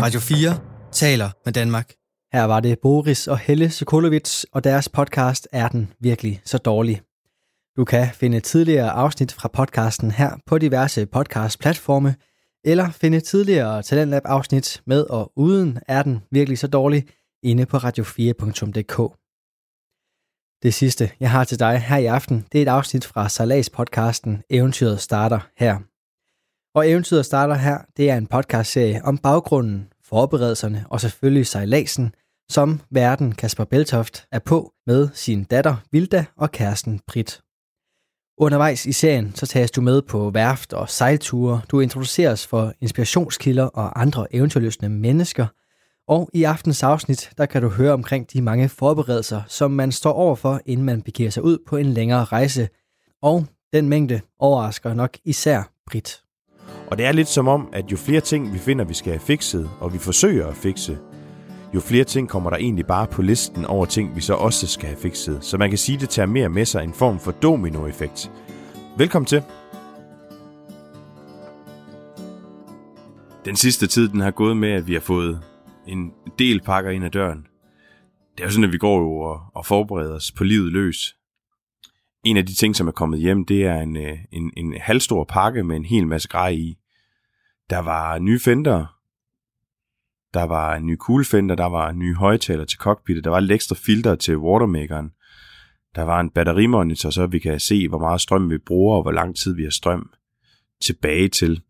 Radio 4 taler med Danmark. Her var det Boris og Helle Sokolovits, og deres podcast Er den virkelig så dårlig? Du kan finde tidligere afsnit fra podcasten her på diverse podcastplatforme, eller finde tidligere Talentlab-afsnit med og uden Er den virkelig så dårlig inde på radio4.dk. Det sidste, jeg har til dig her i aften, det er et afsnit fra Salas-podcasten Eventyret starter her. Og Eventyret starter her, det er en podcastserie om baggrunden, forberedelserne og selvfølgelig sejladsen, som verden Kasper Beltoft er på med sin datter Vilda og kæresten Brit. Undervejs i serien så tages du med på værft og sejlture, du introduceres for inspirationskilder og andre eventyrløsende mennesker, og i aftens afsnit, der kan du høre omkring de mange forberedelser, som man står overfor, inden man begiver sig ud på en længere rejse. Og den mængde overrasker nok især Brit.
Og det er lidt som om, at jo flere ting vi finder, vi skal have fikset, og vi forsøger at fikse, jo flere ting kommer der egentlig bare på listen over ting, vi så også skal have fikset. Så man kan sige, at det tager mere med sig en form for dominoeffekt. Velkommen til. Den sidste tid, den har gået med, at vi har fået en del pakker ind ad døren. Det er jo sådan, at vi går jo og, og forbereder os på livet løs. En af de ting, som er kommet hjem, det er en, øh, en, en halvstor pakke med en hel masse grej i. Der var nye fender, der var en ny kuglefender, der var en ny højtaler til cockpittet, der var lidt ekstra filter til watermakeren, der var en batterimonitor, så vi kan se, hvor meget strøm vi bruger, og hvor lang tid vi har strøm tilbage til.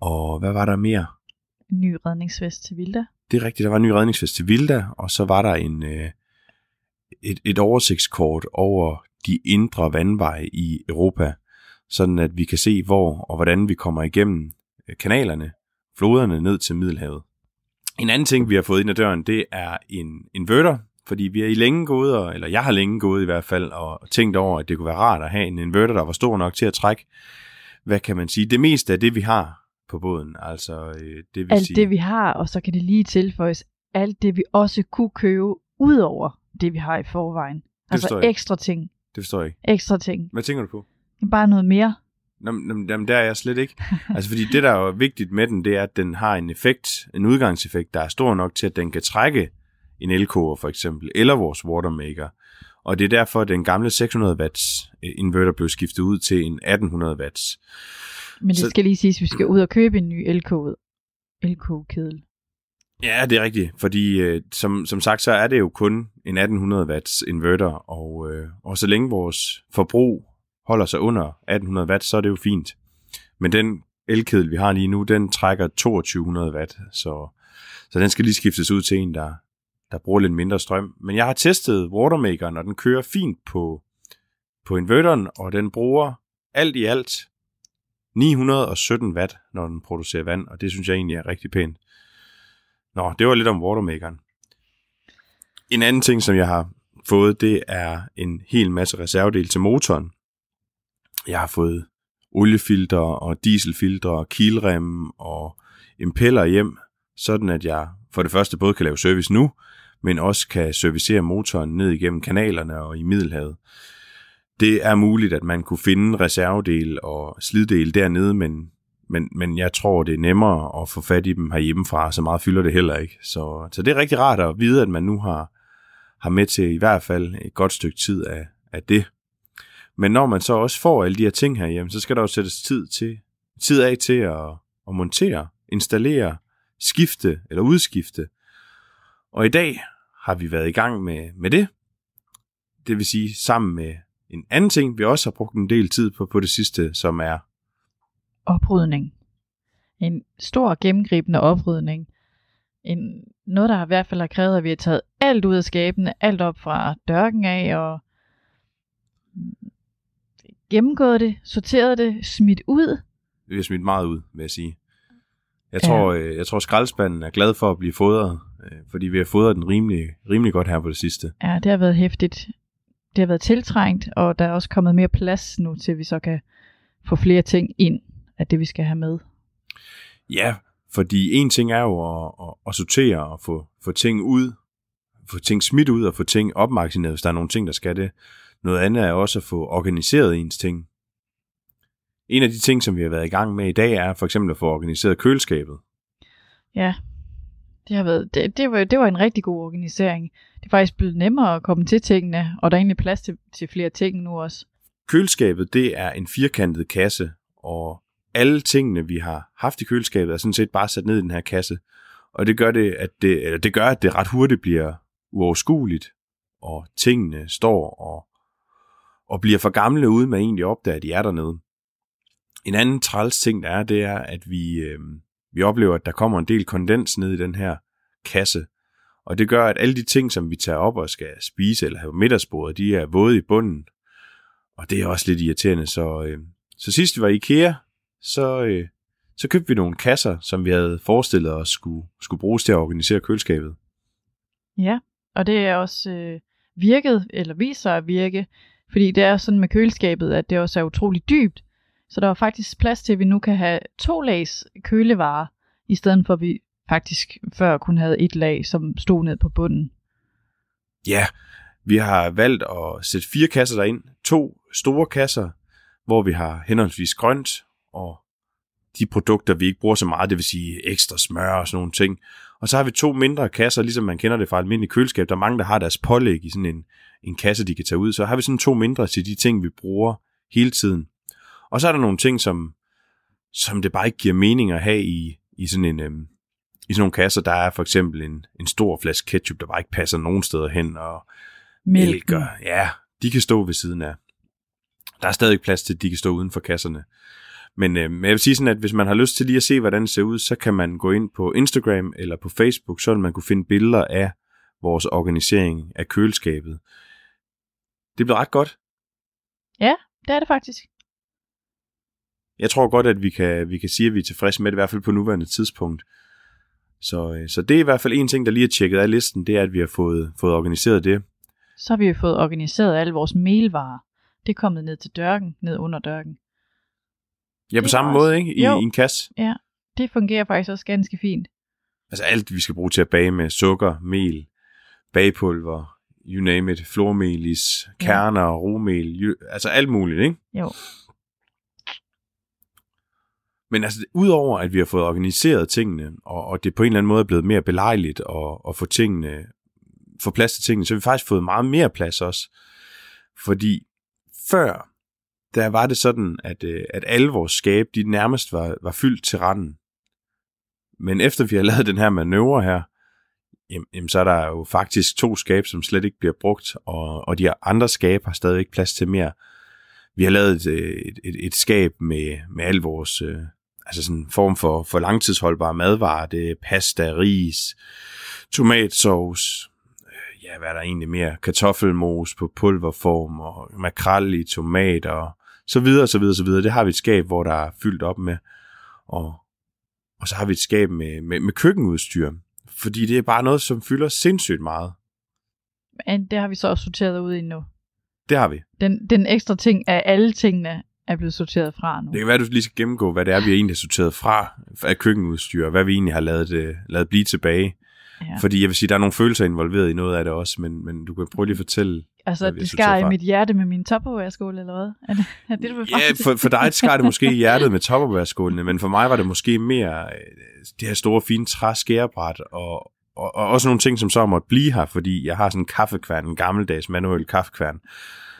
Og hvad var der mere?
En ny redningsvest til Vilda.
Det er rigtigt, der var en ny redningsvest til Vilda, og så var der en, øh, et, et oversigtskort over de indre vandveje i Europa, sådan at vi kan se, hvor og hvordan vi kommer igennem øh, kanalerne, floderne ned til Middelhavet. En anden ting, vi har fået ind ad døren, det er en inverter, fordi vi er i længe gået, og- eller jeg har længe gået i hvert fald, og tænkt over, at det kunne være rart at have en inverter, der var stor nok til at trække, hvad kan man sige, det meste af det, vi har på båden. Altså, øh, det vil
Alt
sige,
det, vi har, og så kan det lige tilføjes, alt det, vi også kunne købe, ud over det, vi har i forvejen.
forstår
Altså
jeg ikke.
ekstra ting.
det forstår jeg ikke.
Ekstra ting.
Hvad tænker du på?
Bare noget mere.
Nå, men- nå, men- Jamen, der er jeg slet ikke. Altså, fordi det, der er vigtigt med den, det er, at den har en effekt, en udgangseffekt, der er stor nok til, at den kan trække en elkoger for eksempel, eller vores watermaker. Og det er derfor, at den gamle 600 watts øh, inverter blev skiftet ud til en 1800 watts.
Men det
Så-
så... skal lige siges, at vi skal ud og købe en ny LK. LK-kedel.
Ja, det er rigtigt, fordi øh, som, som sagt, så er det jo kun en 1800 watts inverter, og, øh, og så længe vores forbrug holder sig under 1800 watt, så er det jo fint. Men den elkedel, vi har lige nu, den trækker 2200 watt, så, så den skal lige skiftes ud til en, der, der bruger lidt mindre strøm. Men jeg har testet watermakeren, og den kører fint på, på inverteren, og den bruger alt i alt 917 watt, når den producerer vand, og det synes jeg egentlig er rigtig pænt. Nå, det var lidt om watermakeren. En anden ting, som jeg har fået, det er en hel masse reservedel til motoren. Jeg har fået oliefilter og dieselfilter og kilrem og impeller hjem, sådan at jeg for det første både kan lave service nu, men også kan servicere motoren ned igennem kanalerne og i Middelhavet. Det er muligt, at man kunne finde reservedel og sliddel dernede, men men, men jeg tror, det er nemmere at få fat i dem herhjemmefra, så meget fylder det heller ikke. Så, så det er rigtig rart at vide, at man nu har, har med til i hvert fald et godt stykke tid af, af det. Men når man så også får alle de her ting herhjemme, så skal der jo sættes tid, til, tid af til at, at montere, installere, skifte eller udskifte. Og i dag har vi været i gang med, med det. Det vil sige sammen med en anden ting, vi også har brugt en del tid på på det sidste, som er
Oprydning. En stor gennemgribende oprydning. En, noget, der i hvert fald har krævet, at vi har taget alt ud af skabene, alt op fra dørken af, og mm, gennemgået det, sorteret det, smidt ud.
vi har smidt meget ud, vil jeg sige. Jeg tror, ja. jeg tror skraldespanden er glad for at blive fodret, øh, fordi vi har fodret den rimelig, rimelig godt her på det sidste.
Ja, det har været hæftigt. Det har været tiltrængt, og der er også kommet mere plads nu, til vi så kan få flere ting ind af det, vi skal have med.
Ja, Fordi en ting er jo at, at, at sortere og få, få ting ud, få ting smidt ud og få ting opmagasineret, hvis der er nogle ting, der skal det. Noget andet er også at få organiseret ens ting. En af de ting, som vi har været i gang med i dag, er for eksempel at få organiseret køleskabet.
Ja, det, har været, det, det, var, det var en rigtig god organisering. Det er faktisk blevet nemmere at komme til tingene, og der er egentlig plads til, til flere ting nu også.
Køleskabet, det er en firkantet kasse, og alle tingene, vi har haft i køleskabet, er sådan set bare sat ned i den her kasse. Og det gør, det, at det, eller det, gør, at det ret hurtigt bliver uoverskueligt, og tingene står og, og bliver for gamle, uden man egentlig opdager, at de er dernede. En anden træls ting, der er, det er, at vi, øh, vi oplever, at der kommer en del kondens ned i den her kasse. Og det gør, at alle de ting, som vi tager op og skal spise eller have på middagsbordet, de er våde i bunden. Og det er også lidt irriterende. Så, øh, så sidst vi var i IKEA, så, øh, så købte vi nogle kasser, som vi havde forestillet os skulle, skulle bruges til at organisere køleskabet.
Ja, og det er også øh, virket, eller viser at virke, fordi det er sådan med køleskabet, at det også er utrolig dybt, så der var faktisk plads til, at vi nu kan have to lags kølevarer, i stedet for at vi faktisk før kun havde et lag, som stod ned på bunden.
Ja, vi har valgt at sætte fire kasser derind. To store kasser, hvor vi har henholdsvis grønt og de produkter, vi ikke bruger så meget, det vil sige ekstra smør og sådan nogle ting. Og så har vi to mindre kasser, ligesom man kender det fra almindelig køleskab. Der er mange, der har deres pålæg i sådan en, en kasse, de kan tage ud. Så har vi sådan to mindre til de ting, vi bruger hele tiden. Og så er der nogle ting, som, som det bare ikke giver mening at have i, i sådan en... Øhm, i sådan nogle kasser, der er for eksempel en, en stor flaske ketchup, der bare ikke passer nogen steder hen, og
Mælken.
mælk, og, ja, de kan stå ved siden af. Der er stadig plads til, at de kan stå uden for kasserne. Men øhm, jeg vil sige sådan, at hvis man har lyst til lige at se, hvordan det ser ud, så kan man gå ind på Instagram eller på Facebook, så vil man kunne finde billeder af vores organisering af køleskabet. Det blev ret godt.
Ja, det er det faktisk.
Jeg tror godt, at vi kan, vi kan sige, at vi er tilfredse med det, i hvert fald på nuværende tidspunkt. Så, øh, så det er i hvert fald en ting, der lige er tjekket af listen, det er, at vi har fået, fået organiseret det.
Så har vi jo fået organiseret alle vores melvarer. Det er kommet ned til dørken, ned under dørken.
Ja, på
Det
samme
er også-
måde, ikke? I,
Jo.
I en kasse.
Det fungerer faktisk også ganske fint.
Altså alt, vi skal bruge til at bage med sukker, mel, bagepulver, you name it, flormelis, kerner, rugmel, jo, altså alt muligt, ikke?
Jo.
Men altså, udover at vi har fået organiseret tingene, og, og det på en eller anden måde er blevet mere belejligt at, at få tingene, få plads til tingene, så har vi faktisk fået meget mere plads også. Fordi før, der var det sådan, at, øh, at alle vores skabe, de nærmest var, var fyldt til randen. Men efter vi har lavet den her manøvre her, jamen, jamen, så er der jo faktisk to skab, som slet ikke bliver brugt, og, og de andre skab har stadig ikke plads til mere. Vi har lavet et, øh, et, et, et skab med, med al vores øh, altså sådan en form for, for langtidsholdbare madvarer. Det er pasta, ris, tomatsauce, øh, ja, hvad er der egentlig mere? Kartoffelmos på pulverform og makrel i tomat og så videre, så videre, så videre. Det har vi et skab, hvor der er fyldt op med. Og, og så har vi et skab med, med, med køkkenudstyr. Fordi det er bare noget, som fylder sindssygt meget.
Men det har vi så også sorteret ud i nu.
Det har vi.
Den, den ekstra ting af alle tingene er blevet sorteret fra nu.
Det kan være, du lige skal gennemgå, hvad det er, vi egentlig har sorteret fra af køkkenudstyr, og hvad vi egentlig har lavet, øh, lavet blive tilbage.
Ja.
Ja. Fordi jeg vil sige, der er nogle følelser involveret i noget af det også, men, men du kan prøve lige at fortælle.
altså,
hvad
at
vi har
det skar
sorteret
i
fra.
mit hjerte med min topperware-skole, eller hvad? Er det, er det, du vil frem
Ja,
til?
for, for dig skar det måske i hjertet med topperbærskålene, men for mig var det måske mere øh, det her store, fine træskærebræt, og, og, og også nogle ting, som så måtte blive her, fordi jeg har sådan en kaffekværn, en gammeldags manuel kaffekværn,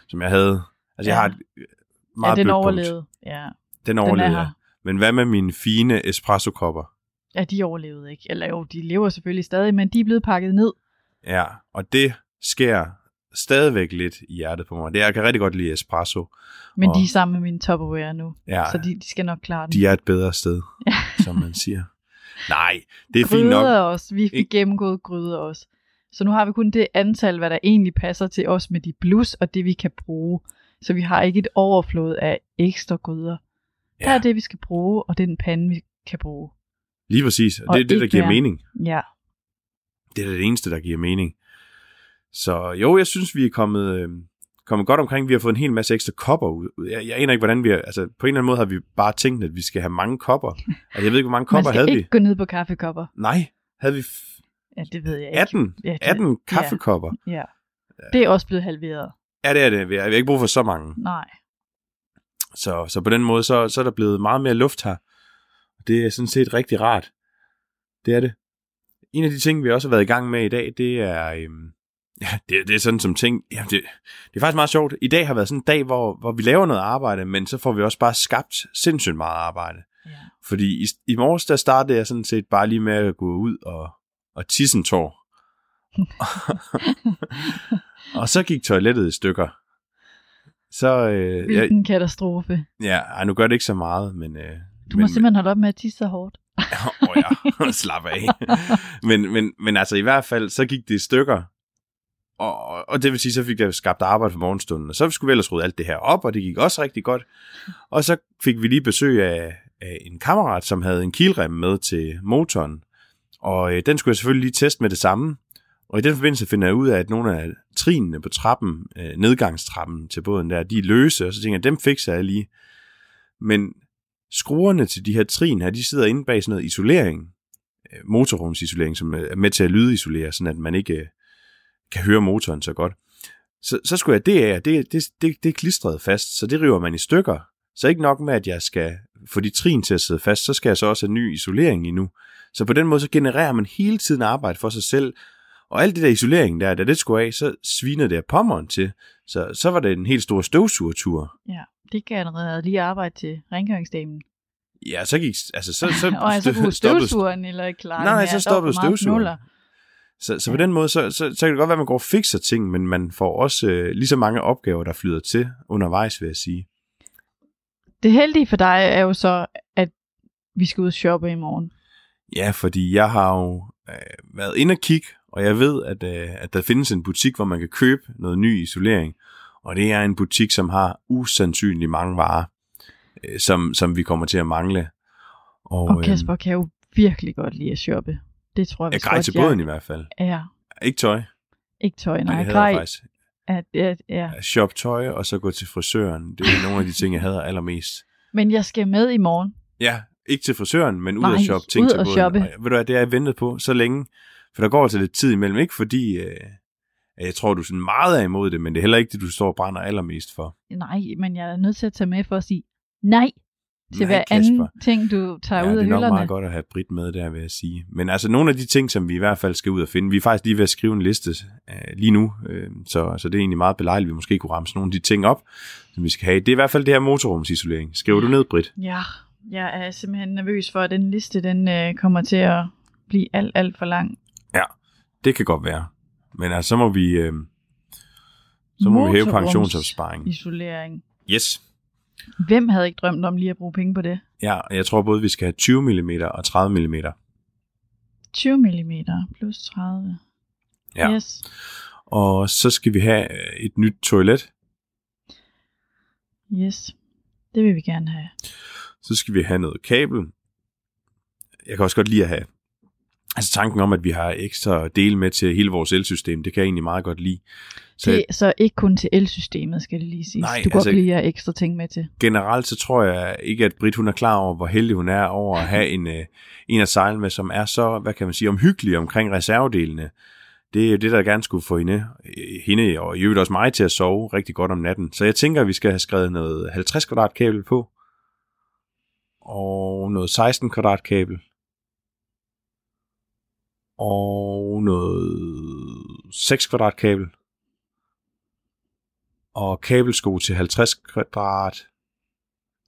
som jeg havde. Altså, ja. jeg
Ja.
har et øh,
ja,
meget
den
blødt punkt.
overlevede. Ja,
Den
den er
overlevede. jeg.
her.
men hvad med mine fine espresso-kopper?
Ja, de overlevede ikke. Eller jo, de lever selvfølgelig stadig, men de er blevet pakket ned.
Ja, og det sker stadigvæk lidt i hjertet på mig. Det, jeg kan rigtig godt lide espresso.
Men
Og-
de er sammen med mine topperware nu,
Ja,
så de, de skal nok klare den.
de er et bedre sted, som man siger. Nej, det er fint nok.
gryder også. Vi fik
Ikke?
gennemgået gryder også. Så nu har vi kun det antal, hvad der egentlig passer til os med de plus, og det vi kan bruge. Så vi har ikke et overflod af ekstra gryder. Ja. Der
Ja.
er det, vi skal bruge, og det er den pande, vi kan bruge.
Lige præcis, og
Og
det er det, der
ikke
giver
mere.
mening.
Ja,
Det er da det eneste, der giver mening. Så jo, jeg synes, vi er kommet, øh, kommet godt omkring. Vi har fået en hel masse ekstra kopper ud. Jeg, jeg aner ikke, hvordan vi har, altså på en eller anden måde har vi bare tænkt, at vi skal have mange kopper. Altså, jeg ved ikke, hvor mange
Man
kopper
skal
havde
ikke
vi.
gå ned på kaffekopper.
Nej, havde vi f-
Ja, det ved jeg ikke.
18,
Ja, det-
18 kaffekopper.
Ja. Det er også blevet halveret.
Ja, det er det. Vi har vi har ikke brug for så mange.
Nej.
Så, så på den måde, så, så er der blevet meget mere luft her. Og det er sådan set rigtig rart. Det er det. En af de ting, vi også har været i gang med i dag, det er... Øhm, ja, det, det er sådan som ting... Jamen det, det er faktisk meget sjovt. I dag har været sådan en dag, hvor, hvor vi laver noget arbejde, men så får vi også bare skabt sindssygt meget arbejde.
Ja.
Fordi i, i morges, der startede jeg sådan set bare lige med at gå ud og, og tisse en tår. og så gik toilettet i stykker. Så, øh, jeg,
Hvilken ja. katastrofe.
Ja, ej, nu gør det ikke så meget, men... Øh,
Du
men,
må simpelthen holde op med at tisse så hårt.
Åh oh, ja, slap af. men, men, men altså, i hvert fald, så gik det i stykker. Og, og- og det vil sige, så fik jeg skabt arbejde for morgenstunden. Og så skulle vi ellers rydde alt det her op, og det gik også rigtig godt. Og så fik vi lige besøg af, af en kammerat, som havde en kilrem med til motoren. Og øh, den skulle jeg selvfølgelig lige teste med det samme. Og i den forbindelse finder jeg ud af, at nogle af trinene på trappen, øh, nedgangstrappen til båden der, de er løse, og så tænker jeg, dem fikser jeg lige. Men skruerne til de her trin her, de sidder inde bag sådan noget isolering, øh, motorrumsisolering, som øh, er med til at lydisolere, sådan at man ikke øh, kan høre motoren så godt. Så, så skulle jeg det af, og det, det, det, det er klistret fast, så det river man i stykker. Så ikke nok med, at jeg skal få de trin til at sidde fast, så skal jeg så også have ny isolering endnu. Så på den måde, så genererer man hele tiden arbejde for sig selv, og alt det der isolering der, da det skulle af, så sviner det af pommeren til. Så, så var det en helt stor støvsugertur.
Ja, det kan jeg allerede lige arbejde til rengøringsdamen.
Ja, så gik... Altså, så, så,
Og altså kunne
stoppede-
støvsugeren eller ikke klare
Nej,
den
nej,
her.
så
Der var
stoppede
for meget
støvsugeren.
knuller.
Så, så på den måde, så, så, så kan det godt være, at man går og fikser ting, men man får også øh, lige så mange opgaver, der flyder til undervejs, vil jeg sige.
Det heldige for dig er jo så, at vi skal ud og shoppe i morgen.
Ja, fordi jeg har jo øh, været inde og kigge, og jeg ved, at, øh, at der findes en butik, hvor man kan købe noget ny isolering. Og det er en butik, som har usandsynlig mange varer, øh, som, som vi kommer til at mangle.
Og
øhm,
Kasper kan jo virkelig godt lide at shoppe. Det tror jeg,
jeg
vist
grej
godt,
til båden i hvert fald.
Ja,
Ikke tøj.
ikke tøj,
Nej,
nej.
det havde jeg
Grej
faktisk.
at, at, ja.
Shop tøj, og så gå til frisøren. Det er nogle af de ting, jeg hader allermest.
Men jeg skal med i morgen.
Ja, ikke til frisøren, men ud
Nej,
at shoppe ting
ud
til
at
båden.
shoppe.
Og jeg- ved du hvad, det har jeg ventet på så længe. For der går altså lidt tid imellem. Ikke fordi, øh, at jeg tror, du sådan meget er imod det, men det er heller ikke det, du står og brænder allermest for.
Nej, men jeg er nødt til at tage med for at sige nej til
Nej,
hver
Kasper.
anden ting, du tager
ja,
ud
det
af
er nok
hylderne.
meget godt at have Brit med der, vil jeg sige. Men altså nogle af de ting, som vi i hvert fald skal ud og finde. Vi er faktisk lige ved at skrive en liste øh, lige nu, øh, så, så det er egentlig meget belejligt, at vi måske kunne ramse nogle af de ting op, som vi skal have. Det er i hvert fald det her motorrumsisolering. Skriver du ned, Brit?
Ja, jeg er simpelthen nervøs for, at den liste den øh, kommer til at blive alt, alt for lang.
Det kan godt være. Men altså, så må vi... Øh, så må vi hæve
Motorrums-
pensionsopsparingen.
Isolering.
Yes.
Hvem havde ikke drømt om lige at bruge penge på det?
Ja, og jeg tror både, vi skal have 20 mm og 30 mm.
20 mm plus 30.
Ja.
Yes.
Og så skal vi have øh, et nyt toilet.
Yes. Det vil vi gerne have.
Så skal vi have noget kabel. Jeg kan også godt lide at have. Altså tanken om, at vi har ekstra dele med til hele vores elsystem, det kan jeg egentlig meget godt lide. Så
Det, så ikke kun til elsystemet, skal det lige sige.
Nej,
du kan
altså-
godt lige have ekstra ting med til.
generelt så tror jeg ikke, at Britt hun er klar over, hvor heldig hun er over at have en, øh, en at sejle med, som er så, hvad kan man sige, omhyggelig omkring reservedelene. Det er jo det, der gerne skulle få hende, øh, hende og i øvrigt også mig til at sove rigtig godt om natten. Så jeg tænker, at vi skal have skrevet noget 50 kvadratkabel på, og noget 16 kvadratkabel, og noget 6 kvadratkabel, og kabelsko til 50 kvadrat.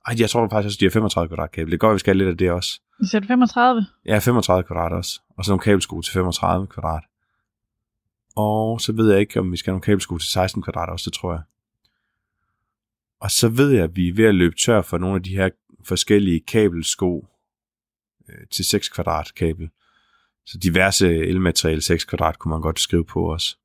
Ej, jeg tror faktisk også, de har 35 kvadrat kabel. Det går, at vi skal have lidt af det også.
Vi sætter 35.
Ja, 35 kvadrat også. Og så nogle kabelsko til 35 kvadrat. Og så ved jeg ikke, om vi skal have nogle kabelsko til 16 kvadrat også, det tror jeg. Og så ved jeg, at vi er ved at løbe tør for nogle af de her forskellige kabelsko øh, til 6 kvadrat kabel. Så diverse elmateriale 6 kvadrat kunne man godt skrive på os.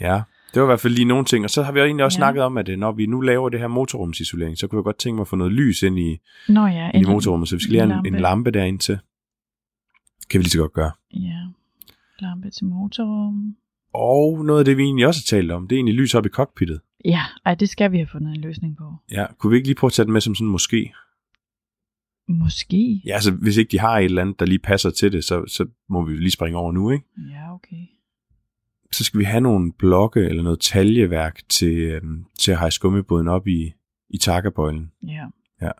Ja, det var i hvert fald lige nogle ting. Og så har vi egentlig også ja.
Ja.
snakket om, at øh, når vi nu laver det her motorrumsisolering, så kunne jeg godt tænke mig at få noget lys ind i,
Nå ja.
ind
en-
i motorrummet, så vi skal lige have en, en lampe derind til. Kan vi lige så godt gøre.
Ja. Lampe til motorrum.
Og noget af det, vi egentlig også har talt om, det er egentlig lys op i cockpittet.
Ja, ej, det skal vi have fundet en løsning på.
Ja, kunne vi ikke lige prøve at tage den med som sådan måske?
Måske.
Ja, altså hvis ikke de har et eller andet, der lige passer til det, så, så må vi jo lige springe over nu, ikke?
Ja, okay.
Så skal vi have nogle blokke eller noget taljeværk til, øhm, til at hejse gummibåden op i, i takkebøjlen.
Ja.
Ja.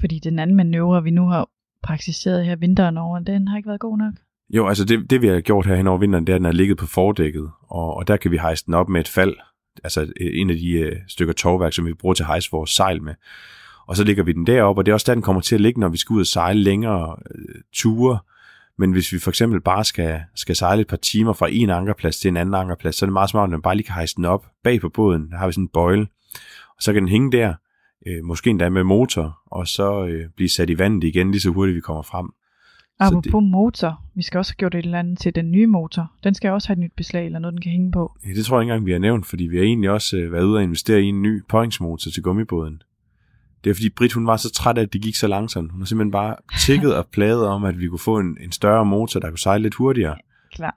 Fordi den anden manøvre, vi nu har praktiseret her vinteren over, den har ikke været god nok.
Jo, altså det, det vi har gjort her hen over vinteren, det er, at den har ligget på fordækket, og, og der kan vi hejse den op med et fald. Altså øh, en af de øh, stykker tovværk, som vi bruger til at hejse vores sejl med. Og så ligger vi den deroppe, og det er også der, den kommer til at ligge, når vi skal ud og sejle længere øh, ture. Men hvis vi for eksempel bare skal, skal sejle et par timer fra en ankerplads til en anden ankerplads, så er det meget smart, at man bare lige kan hejse den op bag på båden. Der har vi sådan en bøjle, og så kan den hænge der, øh, måske endda med motor, og så øh, blive sat i vandet igen, lige så hurtigt vi kommer frem. Så det-
Apropos det... motor, vi skal også have gjort et eller andet til den nye motor. Den skal også have et nyt beslag eller noget, den kan hænge på.
Ja, det tror jeg ikke engang, vi har nævnt, fordi vi har egentlig også øh, været ude og investere i en ny påhængsmotor til gummibåden. Det er fordi Britt, hun var så træt af, at det gik så langsomt. Hun har simpelthen bare tækket og plaget om, at vi kunne få en, en større motor, der kunne sejle lidt hurtigere.
Klart.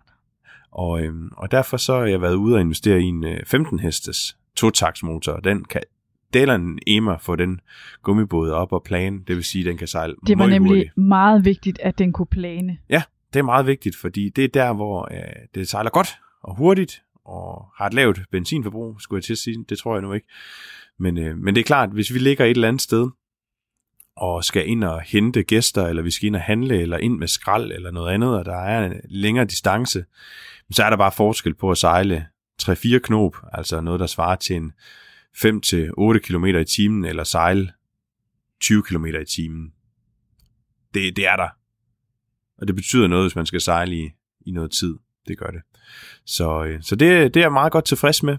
Og, øhm, og derfor så har jeg været ude og investere i en øh, 15-hestes totaksmotor, og den kan deler en EMA for den gummibåd op og plane, det vil sige, at den kan sejle
Det var
meget
nemlig
hurtigt.
meget vigtigt, at den kunne plane.
Det er meget vigtigt, fordi det er der, hvor øh, det sejler godt og hurtigt og har et lavt benzinforbrug, skulle jeg til at sige. Det tror jeg nu ikke. Men, øh, men det er klart, hvis vi ligger et eller andet sted og skal ind og hente gæster, eller vi skal ind og handle, eller ind med skrald eller noget andet, og der er en længere distance, så er der bare forskel på at sejle 3-4 knop, altså noget, der svarer til en 5-8 km i timen, eller sejle 20 km i timen. Det, det er der og det betyder noget, hvis man skal sejle i, i noget tid. Det gør det. Så, øh, så det, det er jeg meget godt tilfreds med.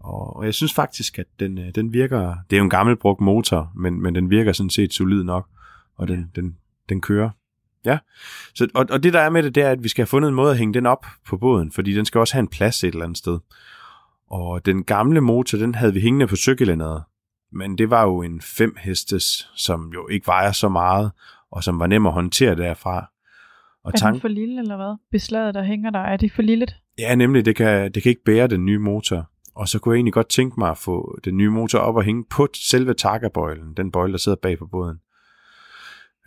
Og, og jeg synes faktisk, at den, øh, den virker... Det er jo en gammel brugt motor, men, men den virker sådan set solid nok. Og den, den, den kører. Ja. Så, og, og det der er med det, det er, at vi skal have fundet en måde at hænge den op på båden, fordi den skal også have en plads et eller andet sted. Og den gamle motor, den havde vi hængende på cykelinderet. Men det var jo en 5 hestes, som jo ikke vejer så meget, og som var nem at håndtere derfra. Og
Er
tanken-
den for lille eller hvad? Beslaget, der hænger der, er det for lille?
Ja, nemlig, det kan, det kan ikke bære den nye motor. Og så kunne jeg egentlig godt tænke mig at få den nye motor op og hænge på selve takkerbøjlen, den bøjle, der sidder bag på båden.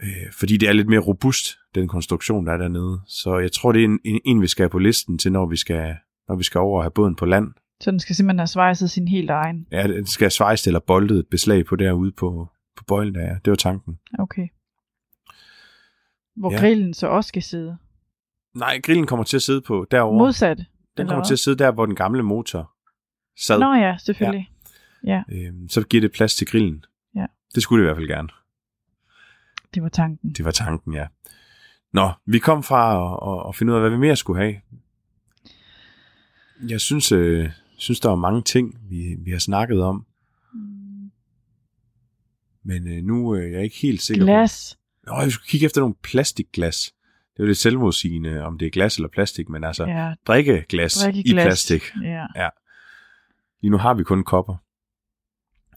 Øh, fordi det er lidt mere robust, den konstruktion, der er dernede. Så jeg tror, det er en, en, en vi skal have på listen til, når vi skal, når vi skal over og have båden på land.
Så den skal simpelthen have svejset sin helt egen.
Ja, den skal svejst eller boltet et beslag på derude på, på bøjlen, der er. Det var tanken.
Okay. Hvor
Ja.
ja. grillen så også skal sidde.
Nej, grillen kommer til at sidde på derovre.
Modsat.
den
eller
kommer
hvad?
til at sidde der, hvor den gamle motor sad.
Nå ja, selvfølgelig. Ja.
Øhm, så giver det plads til grillen.
Ja.
Det skulle det i hvert fald gerne.
Det var tanken.
Det var tanken, ja. Nå, vi kom fra at- at, at finde ud af, hvad vi mere skulle have. Jeg synes, øh, synes der var mange ting, vi, vi har snakket om,
Mm,
men øh, nu øh, jeg er jeg ikke helt sikker
Glas.
på... Nå, vi skulle kigge efter nogle plastikglas. Det er jo lidt selvmodsigende, om det er glas eller plastik, men altså ja.
Ja,
drikkeglas, drikkeglas i
drikkeglas.
plastik.
Ja.
Lige nu har vi kun kopper.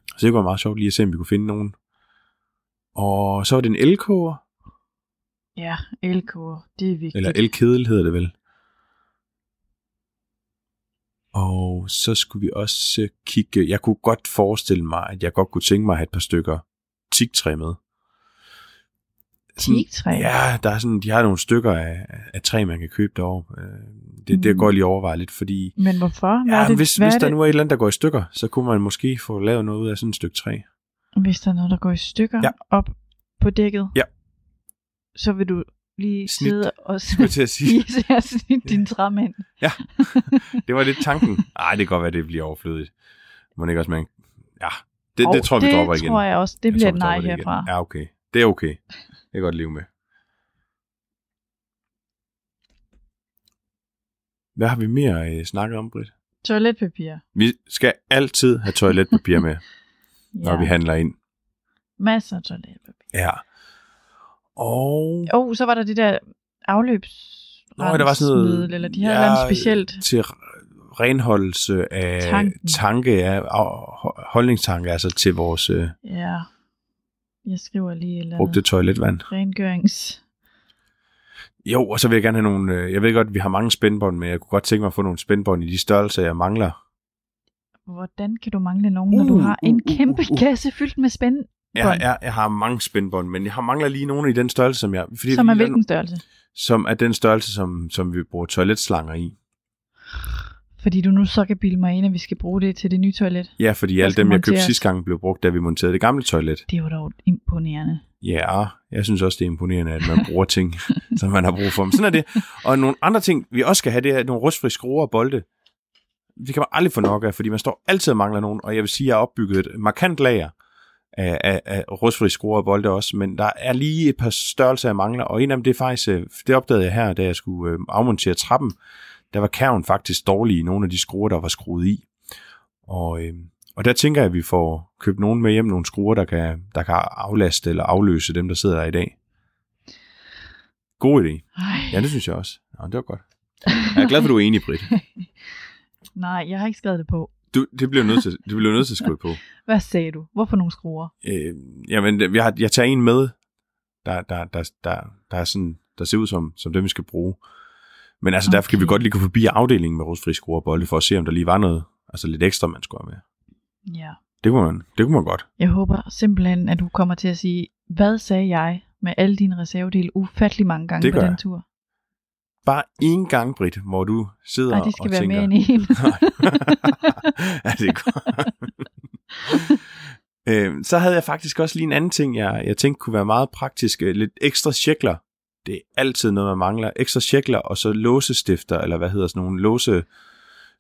Så det kunne være meget sjovt lige at se, om vi kunne finde nogen. Og så var det en elkoger,
ja, elkur. Det er vigtigt.
Eller elkedel hedder det vel. Og så skulle vi også øh, kigge... Jeg kunne godt forestille mig, at jeg godt kunne tænke mig at have et par stykker teaktræ med. Sådan-
Teaktræ?
Ja, der er sådan, de har nogle stykker af, af træ, man kan købe derovre. Øh, Det, det
Mm.
går lige overveje lidt, fordi...
Men hvorfor? Hvad
Ja,
er det,
hvis,
hvad
hvis
er
der
det,
nu er et eller andet, der går i stykker, så kunne man måske få lavet noget ud af sådan et stykke træ.
hvis der er noget, der går i stykker
Ja.
ja. op på dækket,
Ja.
så vil du lige
Snit.
Snit. sidde og
Skulle jeg til at sige.
spise og snitte din træmænd.
Det var lidt tanken. Nej, det kan godt være, det bliver overflødigt. Må ikke også, man... Ja, det,
Og
det tror jeg, vi
det
dropper igen.
tror jeg også. Det bliver
tror,
et
vi
nej
stopper det igen.
herfra.
Ja, okay. Det er okay. Det kan jeg godt leve med. Hvad har vi mere øh, snakket om, Britt?
Toiletpapir.
Vi skal altid have toiletpapir med,
Ja.
når vi handler ind.
Masser af toiletpapir.
Ja. Og...
Åh, oh, så var der det der afløbs...
Nå, der var sådan noget...
Eller de her ja, andet specielt.
Til r- renholdelse af
Tanken.
tanke, ja, og ho- holdningstanke, altså til vores øh,
Ja. Jeg skriver lige et eller andet.
brugte toiletvand.
Rengørings...
Jo, og så vil jeg gerne have nogle... øh, Jeg ved godt, at vi har mange spændbånd, men jeg kunne godt tænke mig at få nogle spændbånd i de størrelser, jeg mangler.
Hvordan kan du mangle nogen, når du
Uh,
har en kæmpe kasse fyldt med spænd?
Jeg, jeg, jeg har mange spændbånd, men jeg har mangler lige nogle i den størrelse, som jeg... Fordi
Som er
vi-
hvilken størrelse?
Som er den størrelse, som, som vi bruger toiletslanger i.
Fordi du nu så kan bilde mig ind, at vi skal bruge det til det nye toilet.
Ja, fordi
Der
alle
skal
dem, jeg købte
monteres.
sidste gang, blev brugt, da vi monterede det gamle toilet.
Det var dog imponerende.
Ja, jeg synes også, det er imponerende, at man bruger ting, som man har brug for. Men sådan er det. Og nogle andre ting, vi også skal have, det er nogle rustfri skruer og bolde. Det kan man aldrig få nok af, fordi man står altid og mangler nogen, og jeg vil sige, at jeg har opbygget et markant lager af, af, af rustfri skruer og bolde også, men der er lige et par størrelser, jeg mangler, og en af dem, det er faktisk, øh, det opdagede jeg her, da jeg skulle øh, afmontere trappen, der var kærven faktisk dårlig i nogle af de skruer, der var skruet i. Og, øh, og der tænker jeg, at vi får købt nogen med hjem, nogle skruer, der kan, der kan aflaste eller afløse dem, der sidder der i dag. God idé.
Ej,
Ja, det synes jeg også. Nå, det var godt. Jeg er glad for, at du er enig, Britt.
nej, jeg har ikke skrevet det på.
Du, det bliver nødt til, det bliver nødt til at skrive på.
Hvad sagde du? Hvorfor nogle skruer?
Øh, jamen, jeg, har- jeg tager en med, der, der, der, der, der, er sådan, der ser ud som, som dem, vi skal bruge. Men altså, okay. derfor kan vi
Okay.
godt lige gå forbi afdelingen med rustfri skruer og bolde, for at se, om der lige var noget, altså lidt ekstra, man skulle have med.
Ja.
Det kunne man, det kunne man godt.
Jeg håber simpelthen, at du kommer til at sige, hvad sagde jeg med alle dine reservedele ufattelig mange gange
Det
på
gør
den
jeg.
tur?
Bare én gang, Britt, hvor du sidder
Nej,
og
de skal
tænker...
være mere end en.
ja, det er godt. øhm, så havde jeg faktisk også lige en anden ting, jeg, jeg tænkte kunne være meget praktisk. Øh, Lidt ekstra cirkler. Det er altid noget, man mangler. Ekstra cirkler, og så låsestifter, eller hvad hedder sådan nogle låse,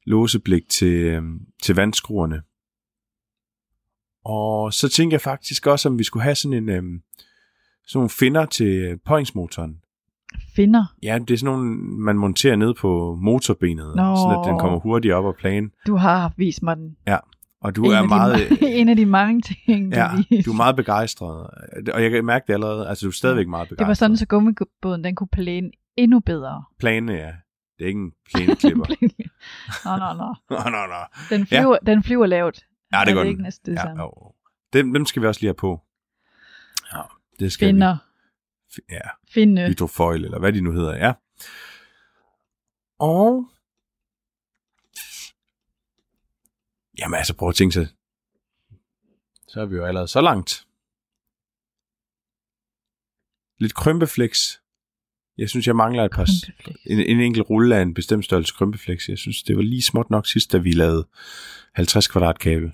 låseblik til, øhm, til vandskruerne. Og så tænkte jeg faktisk også, om vi skulle have sådan en øhm, sådan nogle finder til øh, påingsmotoren.
Finder.
Ja, det er sådan nogle, man monterer ned på motorbenet,
Nå.
sådan at den kommer hurtigt op af planen.
Du har vist mig den.
Og du er
af
meget...
De, ma- en af de mange ting,
Ja,
du viste.
du er meget begejstret. Og jeg kan mærke det allerede. Altså, du er stadigvæk meget begejstret.
Det var sådan, så gummibåden den kunne plæne endnu bedre.
Plane, ja. Det er ikke en plæneklipper.
nå, nå, nå.
nå, nå, nå.
Den flyver, ja. den flyver lavt.
Ja, det
er
er godt.
det ikke næsten det
ja,
samme?
jo. Dem, dem skal vi også lige have på. Ja, det skal
Finder.
vi. F- Ja,
Finde.
hydrofoil, eller hvad de nu hedder, ja. Og... Jamen altså, prøv at tænke sig. Så er vi jo allerede så langt. Lidt krympeflex. Jeg synes, jeg mangler et par...
Krympeflex.
En, en enkelt rulle af en bestemt størrelse krympeflex. Jeg synes, det var lige småt nok sidst, da vi lavede 50 kvadratkabel.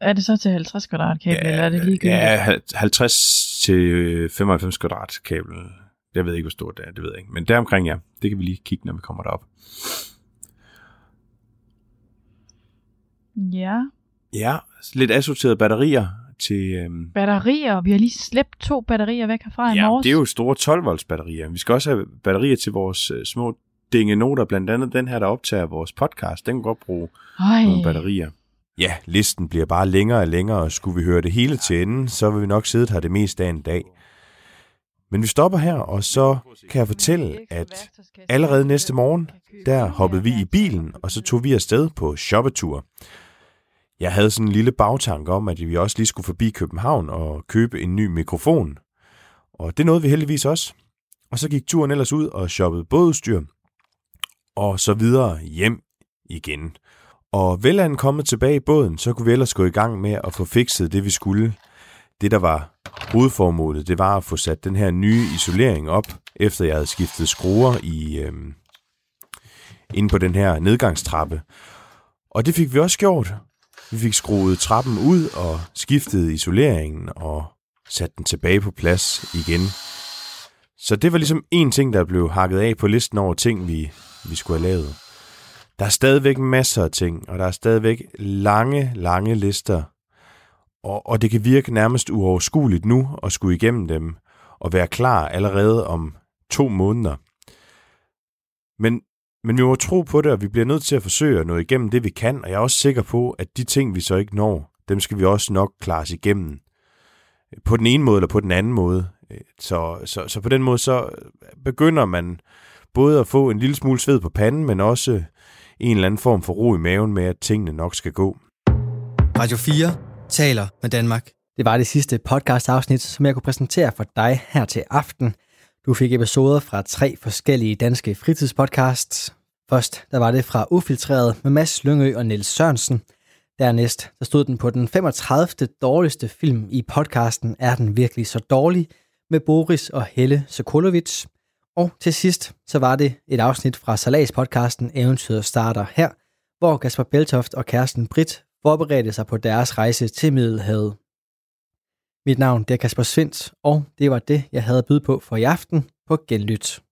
Er det så til 50 kvadratkabel, ja, eller er det ligegyldigt?
Ja, hal- 50 til øh, 95 kvadratkabel. Jeg ved ikke, hvor stort det er, det ved jeg ikke. Men deromkring, ja. Det kan vi lige kigge, når vi kommer derop.
ja.
Ja, lidt assorterede batterier til... Øhm,
Batterier. Vi har lige slæbt to batterier væk herfra i
ja,
morges.
det er jo store 12 volts batterier. Vi skal også have batterier til vores øh, små dingenoter, blandt andet den her, der optager vores podcast. Den kan godt bruge
Ej,
nogle batterier.
Ja, listen bliver bare længere og længere, og skulle vi høre det hele til enden, så vil vi nok sidde her det meste af en dag. Men vi stopper her, og så kan jeg fortælle, at allerede næste morgen, der hoppede vi i bilen, og så tog vi afsted på shoppetur. Jeg havde sådan en lille bagtanke om, at vi også lige skulle forbi København og købe en ny mikrofon. Og det nåede vi heldigvis også. Og så gik turen ellers ud og shoppede bådudstyr, og så videre hjem igen. Og velankommet tilbage i båden, så kunne vi ellers gå i gang med at få fikset det, vi skulle. Det, der var hovedformålet, det var at få sat den her nye isolering op, efter jeg havde skiftet skruer i, øhm, inde på den her nedgangstrappe. Og det fik vi også gjort. Vi fik skruet trappen ud og skiftet isoleringen og sat den tilbage på plads igen. Så det var ligesom en ting, der blev hakket af på listen over ting, vi, vi skulle have lavet. Der er stadigvæk masser af ting, og der er stadigvæk lange, lange lister. Og, og det kan virke nærmest uoverskueligt nu at skulle igennem dem og være klar allerede om to måneder. Men, men vi må tro på det, og vi bliver nødt til at forsøge at nå igennem det, vi kan, og jeg er også sikker på, at de ting, vi så ikke når, dem skal vi også nok klare os igennem. På den ene måde eller på den anden måde. Så, så, så på den måde så begynder man både at få en lille smule sved på panden, men også en eller anden form for ro i maven med, at tingene nok skal gå.
Radio 4 taler med Danmark. Det var det sidste podcast afsnit, som jeg kunne præsentere for dig her til aften. Du fik episoder fra tre forskellige danske fritidspodcasts. Først der var det fra Ufiltreret med Mads Lyngø og Niels Sørensen. Dernæst der stod den på den 35. dårligste film i podcasten Er den virkelig så dårlig? med Boris og Helle Sokolovic. Og til sidst så var det et afsnit fra Salas podcasten Eventyret starter her, hvor Kasper Beltoft og kæresten Brit forberedte sig på deres rejse til Middelhavet. Mit navn det er Kasper Svindt, og det var det, jeg havde at byde på for i aften på Genlyt.